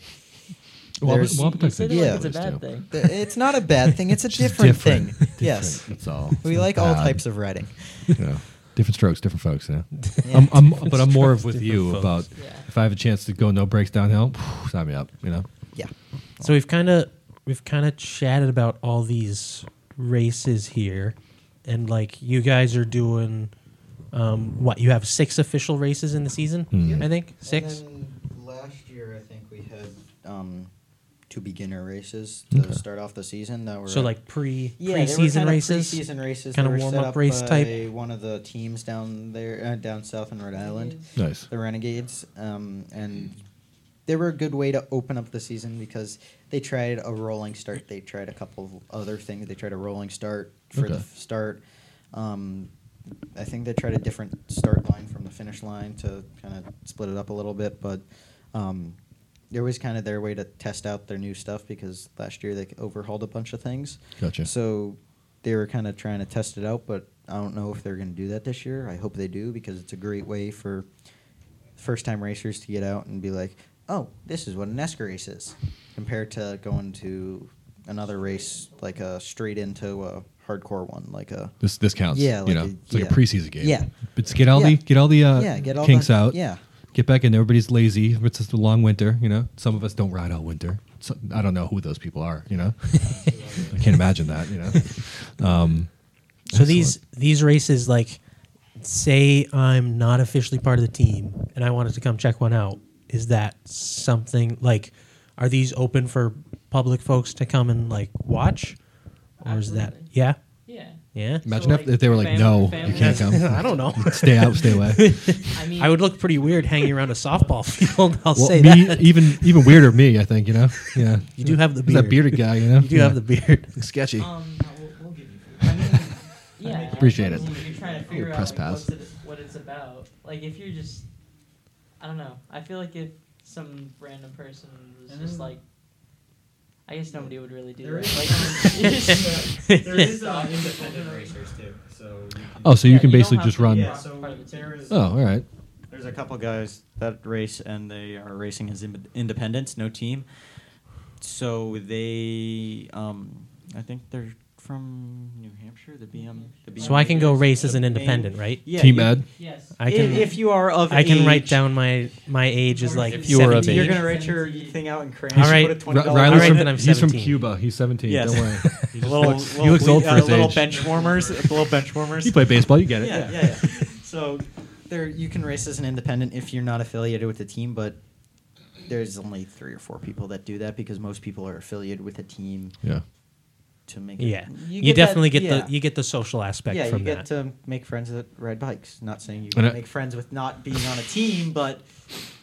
Wampa-
There's-
Wampatuck's
You
a
said it like
good
it's a
place,
bad
too.
thing. Th- it's not a bad thing, it's a
Just
different
*laughs*
thing.
different,
Yes.
different, That's all.
We
It's not
like all
bad.
types of writing.
Yeah. *laughs* Different strokes, different folks. Yeah,
Yeah.
Um, uh,
I'm, I'm,
Different
but I'm more of
strokes,
with you
different
about
folks.
if I have a chance to go no breaks downhill, sign me up. You know,
Yeah.
So we've kind of we've kind of chatted about all these races here, and like you guys are doing, um, what you have six official races in the season,
Mhm.
I think six.
last year, I think we had um, two beginner races
to
to
Okay.
start off the season. That were
So like pre
yeah, they were
pre-season
kinda
races,
pre-season races,
kind
They
of
were set
warm up
up
race type.
by One of the teams down there, uh, down south in Rhode Island,
nice.
the Renegades, um, and they were a good way to open up the season because they tried a rolling start. They tried a couple of other things. They tried a rolling start for
Okay.
the f- start. Um, I think they tried a different start line from the finish line to kind of split it up a little bit, but. Um, it was kind of their way to test out their new stuff because last year they overhauled a bunch of things.
Gotcha.
So they were kind of trying to test it out, but I don't know if they're going to do that this year. I hope they do because it's a great way for first time racers to get out and be like, oh, this is what an Esca race is, compared to going to another race, like a straight into a hardcore one, like a.
This this counts.
Yeah,
you
like
know,
a-
it's like
yeah.
a preseason game.
Yeah.
but to get all the
Yeah.
get all the uh,
Yeah, get all
kinks
the-
out.
yeah.
get back in. Everybody's lazy. It's just a long winter. You know, some of us don't ride all winter. So, I don't know who those people are. You know,
*laughs*
I can't imagine that. You know, um,
So these these races, like, say I'm not officially part of the team and I wanted to come check one out, is that something like? Are these open for public folks to come and like watch, or is that
Absolutely.
yeah?
Yeah.
Yeah.
imagine
So,
if, if they were like,
fam-
"No, you
family-
can't
*laughs*
come.
I don't know.
stay out, *laughs* stay away."
I mean,
I would look pretty weird hanging around a softball *laughs* field. *laughs* I'll
Well,
say
me,
that.
even even weirder, me. I think
*laughs*
you know. Yeah,
You do have the
That
beard.
bearded guy, you know.
*laughs* You do have the beard.
sketchy.
Um, no, we'll, we'll give you food. I mean, yeah.
Appreciate it.
when You're trying to
Your
figure out
press
like,
pass.
what's it, what it's about. Like, if you're just, I don't know. I feel like if some random person was just like, I guess nobody would really do
*laughs* There
that.
is *laughs*
Like, *laughs* you
*laughs*
just-
there is uh,
Stop.
independent racers too. So you can,
oh, so you
Yeah,
can
you don't
basically
have
just
to-
run.
yeah, so there is
Oh, all right.
There's a couple guys that race, and they are racing as in- independents, no team. So they, um, I think they're from New Hampshire. The BM. The BM
So I can go
guys,
race as
the
an
main-
independent, right?
Yeah,
Team
you-
Ed.
yes.
I can.
if, if you are of,
I can write
age,
down my my age is like
If
if
you
you
were of
17.
You're
age.
gonna write your thing out in crayon.
All
Just
right.
Put a
Ri-
twenty
All
dollar.
right,
Riley's
then
from,
I'm
he's from
17.
Cuba. He's 17.
Yes.
Don't worry. *laughs*
A little,
looks- he
little
looks
we-
old for
uh,
his
Little
age.
bench warmers. little bench warmers.
You play baseball, you get it.
yeah,
*laughs*
yeah, yeah. So there, you can race as an independent if you're not affiliated with the team, but there's only three or four people that do that because most people are affiliated with a team
Yeah.
to make.
Yeah,
it.
you,
that-
definitely get
yeah.
the you get the social aspect
yeah,
from
you
that.
get to make friends that ride bikes. Not saying you
And
can
I-
make friends with not being on a team, but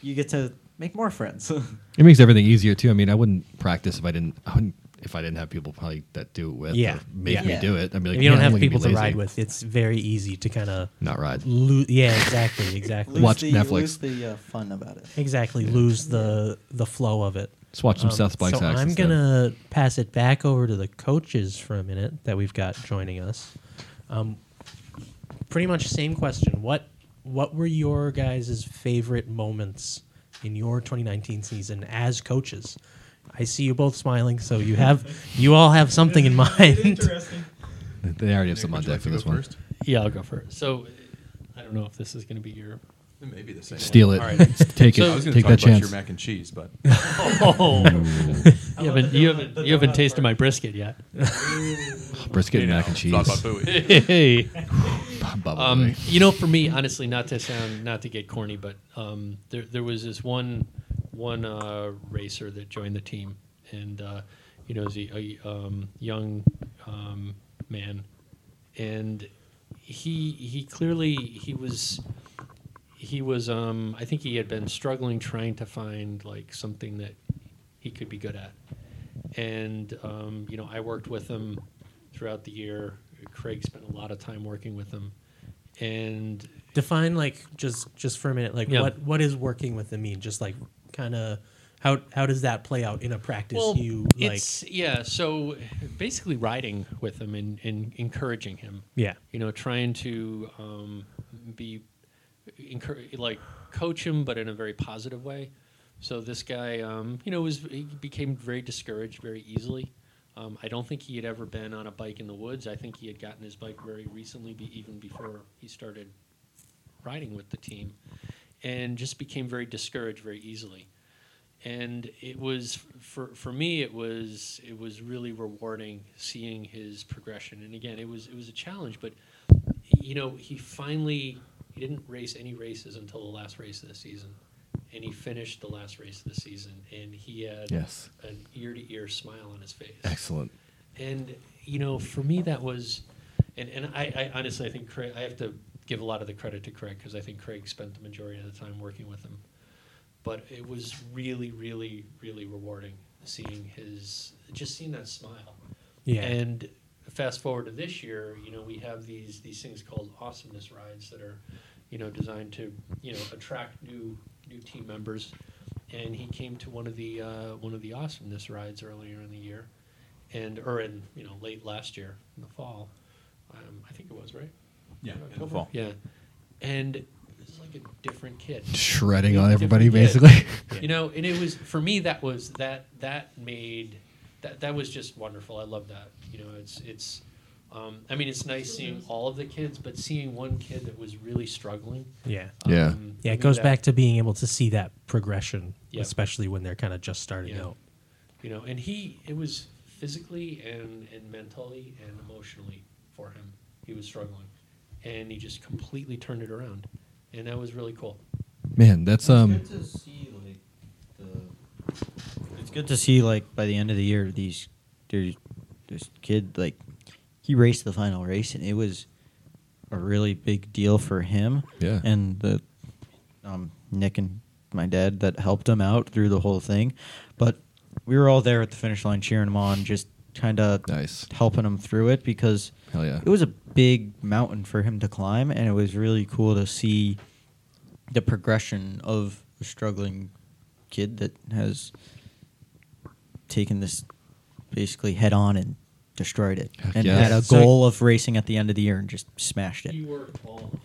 you get to make
*laughs*
more friends.
It makes everything easier too. I mean, I wouldn't practice if I didn't. I wouldn't if I didn't have people probably that do it with. or
Yeah,
make
yeah.
me
Yeah.
do it. I'd be like,
if you don't
"Man, I'm
have
gonna be
people to
lazy."
ride with, it's very easy to kind of
Not ride.
lose. Yeah, exactly, exactly,
Lose
Watch
the,
Netflix.
Lose the uh, fun about it.
exactly. Lose the the flow of it.
Let's watch some
Um,
South Bikes
so
hacks
I'm
instead.
gonna pass it back over to the coaches for a minute that we've got joining us. Um, pretty much same question. What what were your guys' favorite moments in your 2019 season as coaches? I see you both smiling, so you have you all have something in mind.
interesting.
They already
Nick,
have some on
would you
deck
like
for
to
this
go
one.
first?
Yeah, I'll go first. So, I don't know if this is going to be your.
It may be the same.
Steal
one.
it.
All right.
*laughs* Take
I
it.
was gonna
Take
talk about
that chance.
your mac and cheese, but
Oh. *laughs* You haven't, you haven't, you haven't tasted my brisket *laughs* yet.
Brisket
you
and
know,
mac and cheese.
thought about
*laughs*
buoy.
hey.
Bubble
Um,
boy.
you know, for me, honestly, not to sound not to get corny, but um, there there was this one one uh, racer that joined the team, and uh, you know, he's a, a um, young um, man, and he he clearly he was he was um, I think he had been struggling trying to find like something that he could be good at, and um, you know, I worked with him throughout the year. Craig spent a lot of time working with him, and
*laughs* Define like just just for a minute, like
Yeah.
what what is working with the mean? Just like kind of how how does that play out in a practice? you like
it's yeah. So basically, riding with him and, and encouraging him.
yeah.
You know, trying to um, be encour- like coach him, but in a very positive way. So this guy, um, you know, was he became very discouraged very easily. Um, I don't think he had ever been on a bike in the woods. I think he had gotten his bike very recently, be, even before he started riding with the team, and just became very discouraged very easily. And it was for for me, it was it was really rewarding seeing his progression. And again, it was it was a challenge, but you know, he finally he didn't race any races until the last race of the season, and he finished the last race of the season, and he had
Yes.
an ear to ear smile on his face.
Excellent.
And you know, for me, that was, and and I, I honestly, I think Craig, I have to give a lot of the credit to Craig because I think Craig spent the majority of the time working with him. But it was really, really, really rewarding seeing his, just seeing that smile.
Yeah.
And fast forward to this year, you know, we have these these things called awesomeness rides that are, you know, designed to you know attract new new team members. And he came to one of the uh, one of the awesomeness rides earlier in the year, and or in you know late last year in the fall, um, I think it was right.
Yeah, in the
October?
fall.
Yeah, and it was like a different kid,
*laughs*
Shredding on
Different
everybody,
kid.
basically. *laughs*
You know, and it was for me that was that that made that that was just wonderful. I love that. You know, it's it's. Um, I mean, it's nice seeing all of the kids, but seeing one kid that was really struggling.
Yeah.
Yeah.
um,
Yeah,
I
it
knew
goes
that-
back to being able to see that progression,
Yeah.
especially when they're kind of just starting
Yeah.
out.
you know and he it was physically and and mentally and emotionally for him he was struggling and he just completely turned it around and that was really cool
Man, that's um
It's good to see like the. It's good to see like by the end of the year these there's this kid like he raced the final race and it was a really big deal for him.
Yeah.
And the um, Nick and my dad that helped him out through the whole thing, but we were all there at the finish line cheering him on, just kind of
Nice.
helping him through it because
Hell yeah.
it was a big mountain for him to climb, and it was really cool to see the progression of a struggling kid that has taken this basically head on and destroyed it,
Heck
and
yeah.
had a
So-
goal of racing at the end of the year and just smashed
he
it.
worked all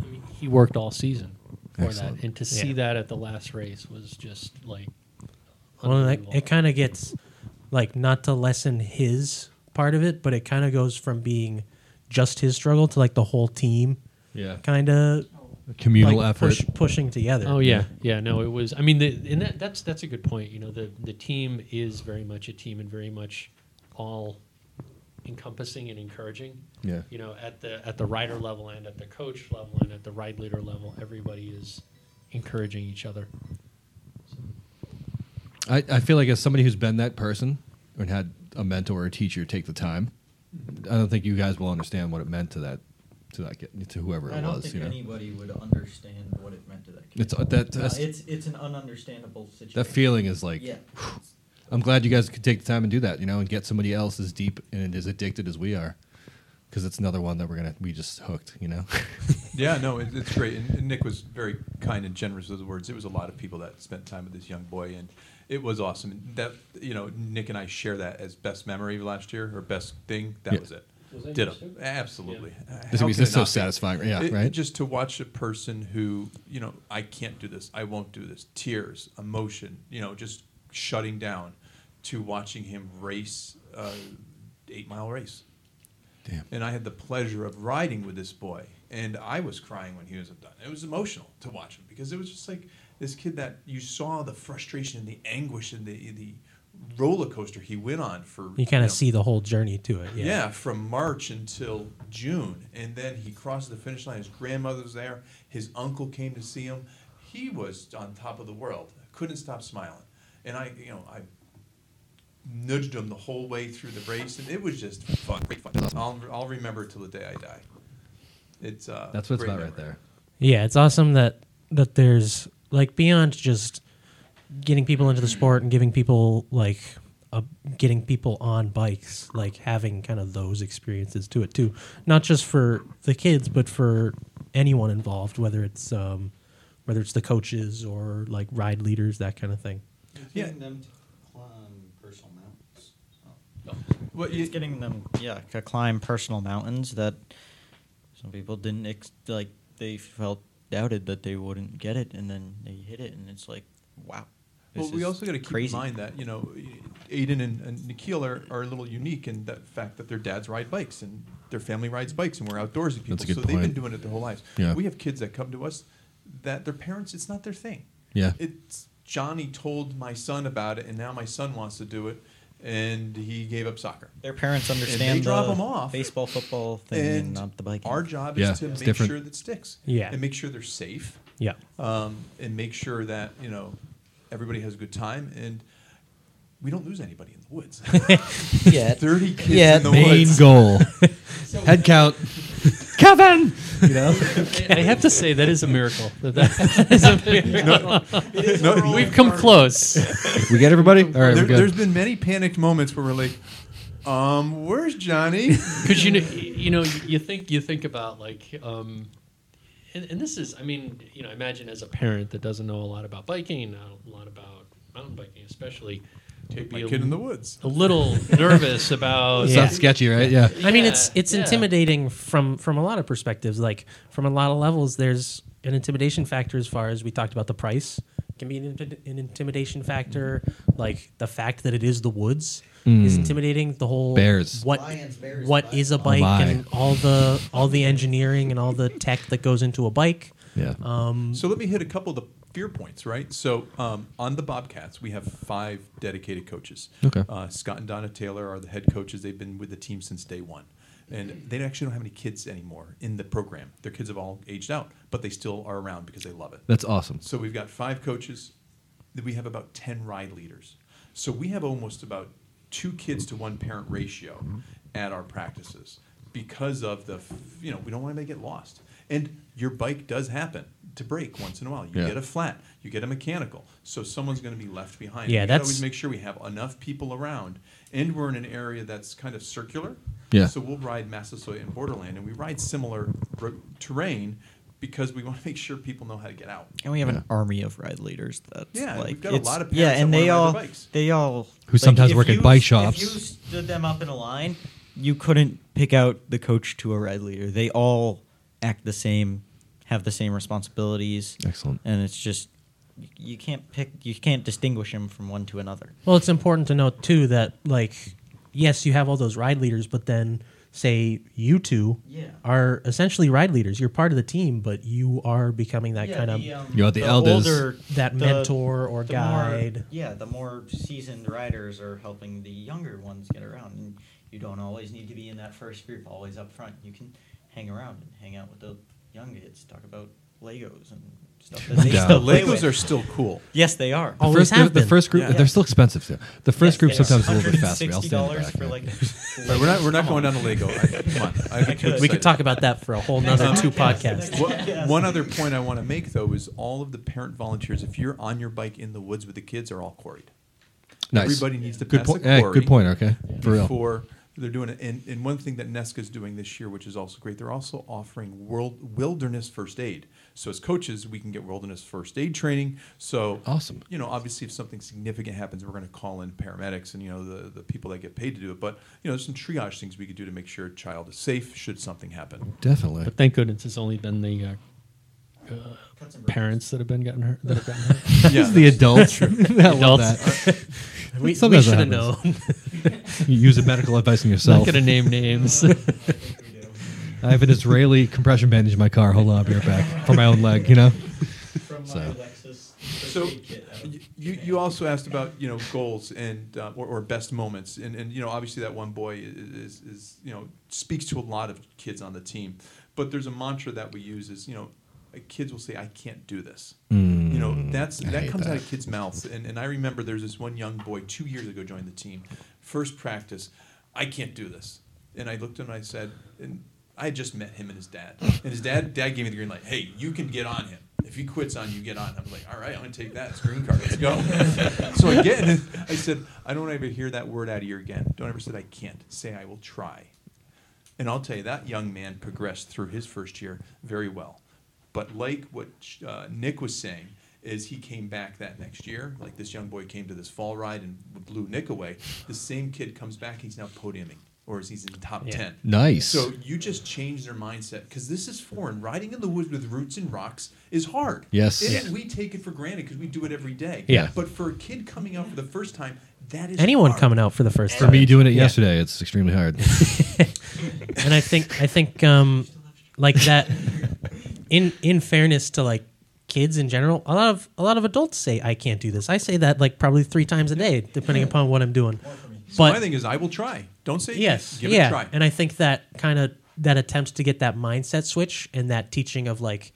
I mean, he worked all season for
Excellent.
that and to see
Yeah.
that at the last race was just like
Well, it,
unbelievable.
it kind of gets like not to lessen his part of it, but it kind of goes from being just his struggle to like the whole team
Yeah.
kind of
Communal effort.
push, pushing together.
Oh yeah, yeah. No, it was. I mean, the, and that, that's that's a good point. You know, the the team is very much a team and very much all encompassing and encouraging.
Yeah.
You know, at the at the rider level and at the coach level and at the ride leader level, everybody is encouraging each other.
I, I feel like as somebody who's been that person and had a mentor or a teacher take the time, I don't think you guys will understand what it meant to that to that kid, to whoever it was. you know?
anybody would understand what it meant to that
It's uh, that that's,
it's an ununderstandable situation.
that feeling is like. I'm glad you guys could take the time and do that, you know, and get somebody else as deep and as addicted as we are, because it's another one that we're gonna we just hooked,
*laughs*
you know. *laughs*
Yeah, no, it, it's great. And, and Nick was very kind and generous with the words. It was a lot of people that spent time with this young boy, and it was awesome. And that you know, Nick and I share that as best memory of last year or best thing. That
Yeah.
was it.
Was that
Did
yours too?
absolutely. Uh,
This
how
was
could
just
it
so
not be?
satisfying, yeah,
It-
right?
Just to watch a person who you know, I can't do this. I won't do this. Tears, emotion, you know, just shutting down. To watching him race, uh, eight mile race
Damn.
and I had the pleasure of riding with this boy, and I was crying when he was done. It was emotional to watch him because it was just like this kid that you saw the frustration and the anguish and the the roller coaster he went on for.
You kind
know,
of see the whole journey to it.
yeah. from March until June, and then he crossed the finish line. His grandmother's there. His uncle came to see him. He was on top of the world. Couldn't stop smiling, and I, you know, I nudged him the whole way through the race, and it was just fun. Great fun. I'll, I'll remember it till the day I die. It's uh,
That's what's
great
about right
memory.
there.
Yeah, it's awesome that that there's like beyond just getting people into the sport and giving people like a, getting people on bikes, like having kind of those experiences to it too. Not just for the kids, but for anyone involved, whether it's um, whether it's the coaches or like ride leaders, that kind of thing.
Yeah.
Getting them to climb personal mountains.
Well,
it's
you-
getting them, yeah, to climb personal mountains that some people didn't ex- like. They felt doubted that they wouldn't get it, and then they hit it, and it's like, wow,
Well,
This
we
is
also got to keep
crazy.
in mind that you know, Aiden and, and Nikhil are, are a little unique in the fact that their dads ride bikes and their family rides bikes, and we're outdoorsy people.
That's a good
so they've been
point.
doing it their whole lives.
Yeah.
We have kids that come to us that their parents, it's not their thing.
Yeah.
It's Johnny told my son about it, and now my son wants to do it, and he gave up soccer.
Their parents
And
understand
they drop
the
them off.
baseball, football thing and not the biking.
Our job
Yeah,
is to
it's
make
different.
sure that sticks.
Yeah.
And make sure they're safe.
Yeah.
Um, and make sure that you know everybody has a good time and we don't lose anybody in the woods.
*laughs* Yet.
Thirty kids
Yet.
in the
Main
woods. *laughs*
goal. *laughs* Head count. Kevin. You know.
I have to say that is a miracle.
*laughs*
That, that is *laughs* a miracle.
No, no.
We've come
*laughs*
close.
We get everybody. All right,
there,
we're good.
has been many panicked moments where we're like, um, where's Johnny?
because you know, you know, you think you think about like, um, and, and this is, I mean, you know, I imagine as a parent that doesn't know a lot about biking, not a lot about mountain biking, especially,
Take
would
my
be a
kid in the
l-
woods. *laughs*
A little nervous about.
Sounds sketchy, right? Yeah.
I mean, it's
Yeah,
it's
yeah.
intimidating from from a lot of perspectives. Like from a lot of levels, there's an intimidation factor as far as we talked about the price can be an, inti- an intimidation factor. Like the fact that it is the woods is
Mm.
intimidating. The whole
Bears.
what
Lions, bears,
what is a
Oh,
bike
my.
and all the all the engineering and all the tech that goes into a bike.
Yeah.
Um,
So let me hit a couple of the fear points, right? So um, on the Bobcats, we have five dedicated coaches.
Okay.
Uh, Scott and Donna Taylor are the head coaches. They've been with the team since day one. And they actually don't have any kids anymore in the program. Their kids have all aged out, but they still are around because they love it.
That's awesome.
So we've got five coaches. Then We have about 10 ride leaders. So we have almost about two kids to one parent ratio
Mm-hmm.
at our practices because of the, f- you know, we don't want anybody to get lost. And your bike does happen to break once in a while. You
Yeah.
get a flat, you get a mechanical. So someone's going to be left behind.
Yeah,
we should
that's-
always make sure we have enough people around. And we're in an area that's kind of circular.
Yeah.
So we'll ride Massasoit and Borderland, and we ride similar ro- terrain because we want to make sure people know how to get out.
And we have an army of ride leaders. That's
Yeah,
like
we've got a
it's-
lot of
yeah,
parents that
and they
wanna ride
all
their bikes.
they all
Who sometimes
if
work at
you-
bike shops.
If you stood them up in a line, you couldn't pick out the coach to a ride leader. They all act the same, have the same responsibilities.
Excellent.
And it's just you- you can't pick, you can't distinguish them from one to another.
Well, it's important to note too that like yes, you have all those ride leaders, but then say you two
Yeah.
are essentially ride leaders. You're part of the team, but you are becoming that kind of
You're the the elders. older-
that
um, the-
mentor or
the more-
guide.
yeah, the more seasoned riders are helping the younger ones get around, and you don't always need to be in that first group, always up front. You can hang around and hang out with the young kids, talk about Legos and stuff. That they
Yeah.
still play
Legos
with.
are still cool.
Yes, they are.
The
Always
first,
have
the,
been.
first group,
Yeah.
they're still expensive. Though. The first
Yes,
group
they are.
sometimes is a little bit faster. I'll stand
$160
back.
for
*laughs*
like.
But we're not we're not
Come
going
on.
down to Lego. I,
*laughs*
come on, I get too
we could
excited.
talk about that for a whole
Next
nother two
podcast.
podcasts.
*laughs* One- One other point I want to make though is all of the parent volunteers. If you're on your bike in the woods with the kids, are all quarried.
Nice.
Everybody needs to
Good
pass
point-
a
yeah,
quarry.
good point, okay. For real.
Before they're doing it, and, and one thing that Nesca's doing this year, which is also great, they're also offering world wilderness first aid. So as coaches, we can get wilderness first aid training. So
Awesome.
You know, obviously, if something significant happens, we're going to call in paramedics and you know the the people that get paid to do it. But you know, there's some triage things we could do to make sure a child is safe should something
*laughs*
happen.
Definitely.
But thank goodness it's only been the uh, uh,
Cuts and breaks.
parents that have been gotten hurt. That have gotten hurt.
Yeah,
the
that's- *laughs*
adults. *laughs* I love
Adults.
that.
*laughs* We, we
Sometimes
should have
that
known.
You use a medical advice on
I'm not
yourself.
gonna name *laughs* names.
*laughs*
I have an Israeli compression bandage in my car. Hold on, I'll be right back for my own leg. You know.
From
So.
So y- you, you also asked about you know goals and uh, or, or best moments and, and you know obviously that one boy is, is, is you know speaks to a lot of kids on the team but there's a mantra that we use is you know uh, kids will say I can't do this you know that's
Mm. I
that
hate
comes
that.
out of kids mouths and, and I remember there's this one young boy two years ago joined the team first practice I can't do this and I looked at him and I said and I had just met him and his dad and his dad dad gave me the green light hey you can get on him if he quits on you, get on. I'm like, all right, I'm gonna take that. It's green card. Let's go. *laughs* so I get in. I said, I don't ever hear that word out of you again. Don't ever say I can't. Say I will try. And I'll tell you that young man progressed through his first year very well. But like what uh, Nick was saying, is he came back that next year. Like this young boy came to this fall ride and blew Nick away. The same kid comes back. He's now podiuming. or is he's in the top
Yeah.
10.
Nice.
So you just change their mindset because this is foreign. Riding in the woods with roots and rocks is hard.
Yes.
It-
Yeah.
We take it for granted because we do it every day.
Yeah.
But for a kid coming out for the first time, that is
Anyone
hard.
coming out for the first
For
time.
me doing it
Yeah.
yesterday, it's extremely hard.
and I think I think um, like that. In in fairness to like kids in general, a lot of a lot of adults say I can't do this. I say that like probably three times a day, depending upon what I'm doing.
So
But
my thing is, I will try. Don't say
yes,
Give
yeah,
it a try.
and I think that kind of that attempts to get that mindset switch and that teaching of like,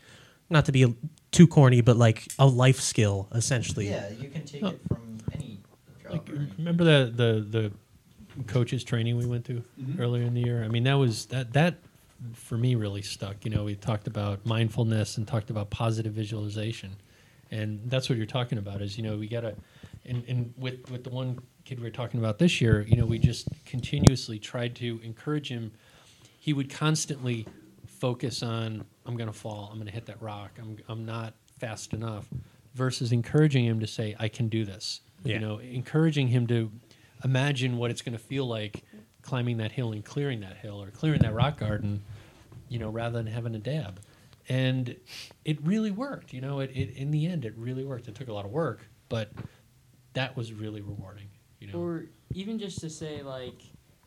not to be too corny, but like a life skill essentially.
Yeah, you can take it from any job. or
mm-hmm.
anything.
Remember the the the coaches training we went to earlier in the year. I mean, that was that that for me really stuck. You know, we talked about mindfulness and talked about positive visualization, and that's what you're talking about. Is you know we gotta and and with with the one kid we are talking about this year, you know, we just continuously tried to encourage him. He would constantly focus on I'm gonna fall, I'm gonna hit that rock, I'm I'm not fast enough, versus encouraging him to say I can do this.
Yeah.
You know, encouraging him to imagine what it's going to feel like climbing that hill and clearing that hill or clearing that rock garden, you know, rather than having a dab. And it really worked, you know, it, it in the end it really worked. It took a lot of work, but that was really rewarding, you know.
Or even just to say like,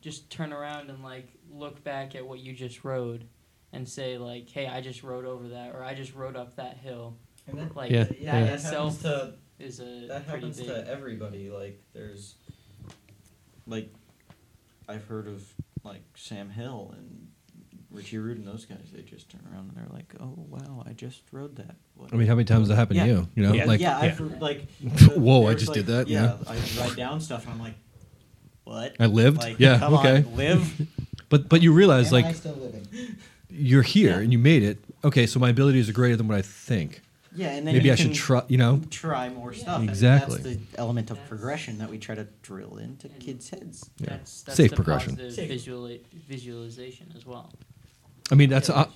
just turn around and like look back at what you just rode, and say like, hey, I just rode over that, or I just rode up that hill.
And that-
like
Yeah,
that
yeah.
in
That
itself
happens uh,
is a
that
pretty
happens
big.
to everybody. Like there's, like, I've heard of like Sam Hill and Richie Rude and those guys. They just turn around and they're like, "Oh wow, I just rode that." What
I mean, how many times has that happened to
Yeah.
you? You know,
yeah.
like-
yeah, I've
Yeah.
heard, like,
*laughs* Whoa, I
there's,
just
like-
did that,
Yeah,
yeah.
I write down stuff and I'm like, "What?
I lived.
Like,
yeah.
come on,
okay.
live."
*laughs* But but you realize
Am
like
I still living?
you're here
Yeah.
and you made it. Okay, so my abilities are greater than what I think.
Yeah, and then
maybe
you
I should
can
try. You know,
try more stuff.
Exactly.
And that's the element of progression that we try to drill into kids' heads.
Yeah.
That's, that's
Safe
the
progression.
positive
Safe.
Visual, visualization as well.
I mean, that's
Yeah,
uh,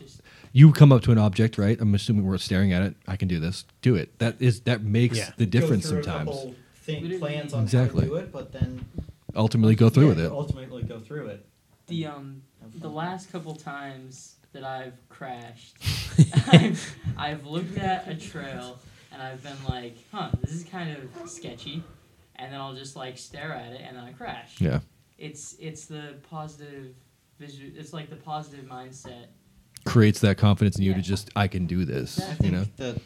you come up to an object, right? I'm assuming we're staring at it. I can do this. Do it. That is that makes
Yeah.
the difference
Go through a
sometimes.
couple Think, plans on
Exactly.
how to do it, but then
Ultimately, go through
Yeah,
with it.
Ultimately, go through it.
The um the last couple times that I've crashed, *laughs* I've, I've looked at a trail and I've been like, huh, this is kind of sketchy, and then I'll just like stare at it and then I crash.
Yeah.
It's it's the positive visual. It's like the positive mindset.
Creates that confidence in you to just I can do this.
I
You
think
know.
that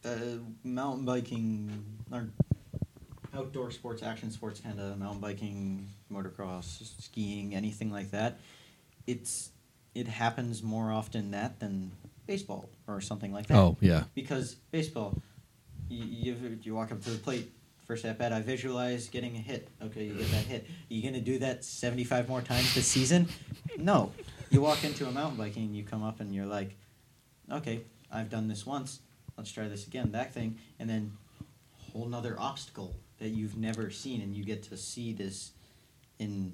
the mountain biking or outdoor sports, action sports, kind of mountain biking, motocross, skiing, anything like that. It's it happens more often that than baseball or something like that.
Oh, yeah.
Because baseball, you you, you walk up to the plate. First at bat, I visualize getting a hit. Okay, you get that hit. you gonna do that seventy-five more times this season? No. You walk into a mountain biking, and you come up, and you're like, okay, I've done this once. Let's try this again. That thing, and then whole nother obstacle that you've never seen, and you get to see this in.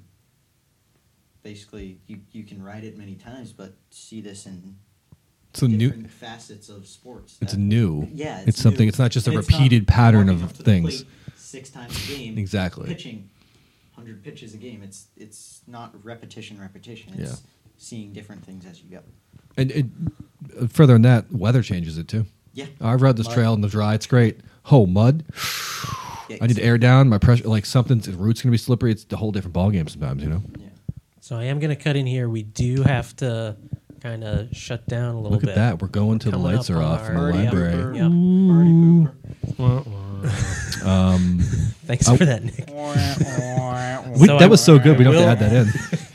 Basically, you you can ride it many times, but see this in
It's a new-
different facets of sports.
It's
that-
new.
Yeah,
It's something-
new.
it's not just a
And not
repeated pattern
walking
of
up to the
things.
plate Six times a game.
Exactly.
Pitching, hundred pitches a game. It's it's not repetition, repetition. It's
Yeah.
seeing different things as you go.
And it, uh, further than that, weather changes it too.
Yeah.
I've rode this
Mud.
trail in the dry. It's great. Oh, mud. I need to air down. My pressure, like something's the root's gonna be slippery. It's a whole different ballgame sometimes, you know.
So I am going to cut in here. We do have to kind of shut down a little
Look
bit.
at that. We're going till the
coming
lights
up
are
on
off in the
our- Yep,
library.
yep.
Um,
*laughs* Thanks
I-
for that, Nick.
We-
So
that
I-
was so good. We don't
I
have to add
will-
that in.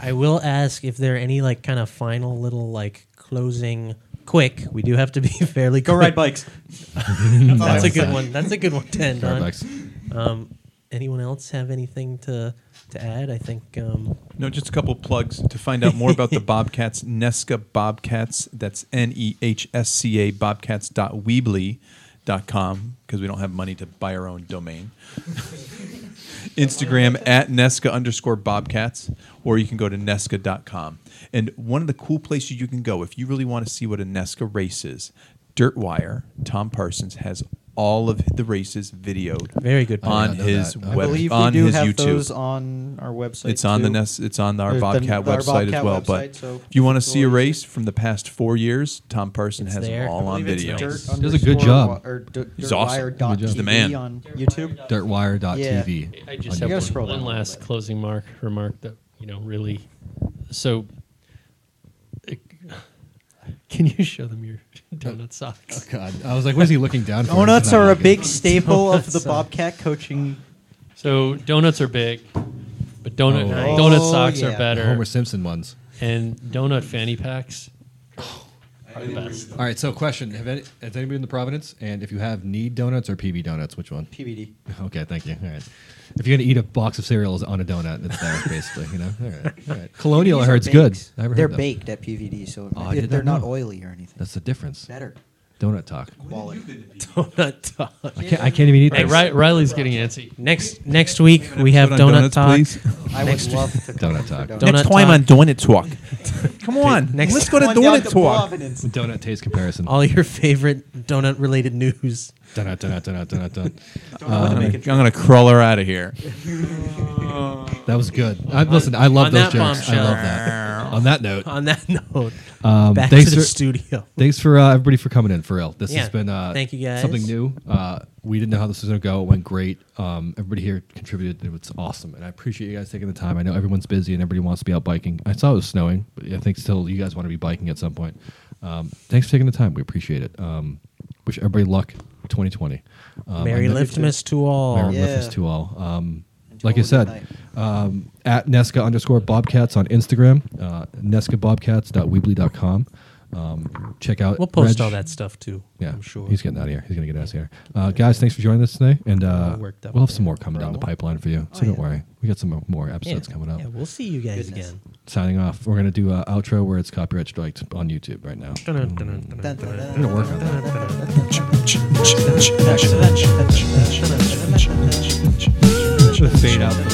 I will ask if there are any like kind of final little like closing quick. We do have to be *laughs* fairly
Go
quick.
*laughs*
ride bikes.
That's,
all I
a
would
good
say.
one. That's a good one to end
Ride
on.
bikes.
Um, anyone else have anything to to add? I think um, *laughs*
No, just a couple plugs to find out more about the Bobcats. Nesca Bobcats. That's N E H S C A Bobcats.weebly.com because we don't have money to buy our own domain. *laughs* Instagram at Nesca underscore Bobcats, or you can go to Nesca.com. And one of the cool places you can go if you really want to see what a Nesca race is, Dirtwire, Tom Parsons has all of the races videoed.
Very good point.
on
I know
his
that.
web
I believe we
on
do
his
have
YouTube.
those on our website
It's on the
too.
nest. It's on our
There's the-
Bobcat
our
website as
Bobcat
well.
website,
but
so
if you want to
if you
see a
wanna
race from the past four years, Tom Parson has
there.
them
I
all on
believe it's
video.
dirt
He does a good job.
wa- or dirt-
He's
dirt wire
awesome.
dot
He's the
TV
man.
on YouTube.
dirtwire.tv.
Yeah.
I just
You
have
gotta
one,
scroll
one
down a little
last closing mark remark that you know really. So,
uh,
it- can you show them your donut socks?
Oh God, I was like, what is he looking down for?
Donuts
It's not
are a
like it. *laughs*
big staple of
Donuts
the
uh,
are-
Bobcat coaching.
So donuts are big, but donut
Oh. Nice.
donut
Oh,
socks
yeah.
are better.
Homer Simpson ones.
and donut fanny packs are the best.
All right, so question: Have any, has anybody been to Providence? And if you have, need donuts or PB donuts? Which one?
PBD.
Okay, thank you. All right. If you're gonna eat a box of cereals on a donut, it's
*laughs*
there basically. You know. All right. All right. Colonial, I
These are
heard it's
baked.
good. I haven't
They're
heard them.
baked at PVD, so
Oh, I
it-
did
they're
not
not
know.
oily or anything.
That's the difference.
Better.
Donut talk.
Wallet.
Donut talk.
I can't. I can't even eat.
Hey,
those.
Ri- Riley's getting antsy.
Next next week we have
episode on
*laughs* donut
donuts,
talk.
please?
I would
Next-
love to come
Donut
for *laughs*
talk.
donuts.
Donut
Next time
talk.
on Donut
*laughs*
Talk. Come on,
Next-
let's go to
Come on down
Donut
to
Talk.
Providence.
Donut taste comparison.
all your favorite donut related news. *laughs*
Donut, donut, donut, donut, donut.
Uh, I'm gonna- I'm gonna crawl her out of here.
That was good. I, listen, I love
on that
those jokes. I
bombshell.
love that. On that note,
On that note,
um,
back
thanks
to the
for-
studio.
Thanks for uh, everybody for coming in for real. This
Yeah.
has been uh,
Thank you, guys.
Something new. Uh, we didn't know how this was gonna go. It went great. Um, everybody here contributed. It was awesome, and I appreciate you guys taking the time. I know everyone's busy and everybody wants to be out biking. I saw it was snowing, but I think still you guys want to be biking at some point. Um, thanks for taking the time. We appreciate it. Um, wish everybody luck 2020. Um,
Merry
I know-
Liftmas to all.
Merry
Yeah.
Liftmas to all. Um,
And to
like I
all a good
said,
night.
um, at Nesca underscore Bobcats on Instagram, uh, NescaBobcats.weebly.com. Um, check out.
We'll post
Reg.
all that stuff too.
Yeah,
I'm sure.
He's getting out of here. He's gonna get out of here. Uh, guys, thanks for joining us today, and uh,
All worked up
we'll have
there.
some more coming down the pipeline for you. So don't
Oh, yeah.
worry, we got some more episodes coming up.
Yeah, we'll see you guys again.
Signing off. We're gonna do an outro where it's copyright striked on YouTube right now.
Dun, dun, dun, dun, dun, dun.
I'm gonna work on that.
Fade out.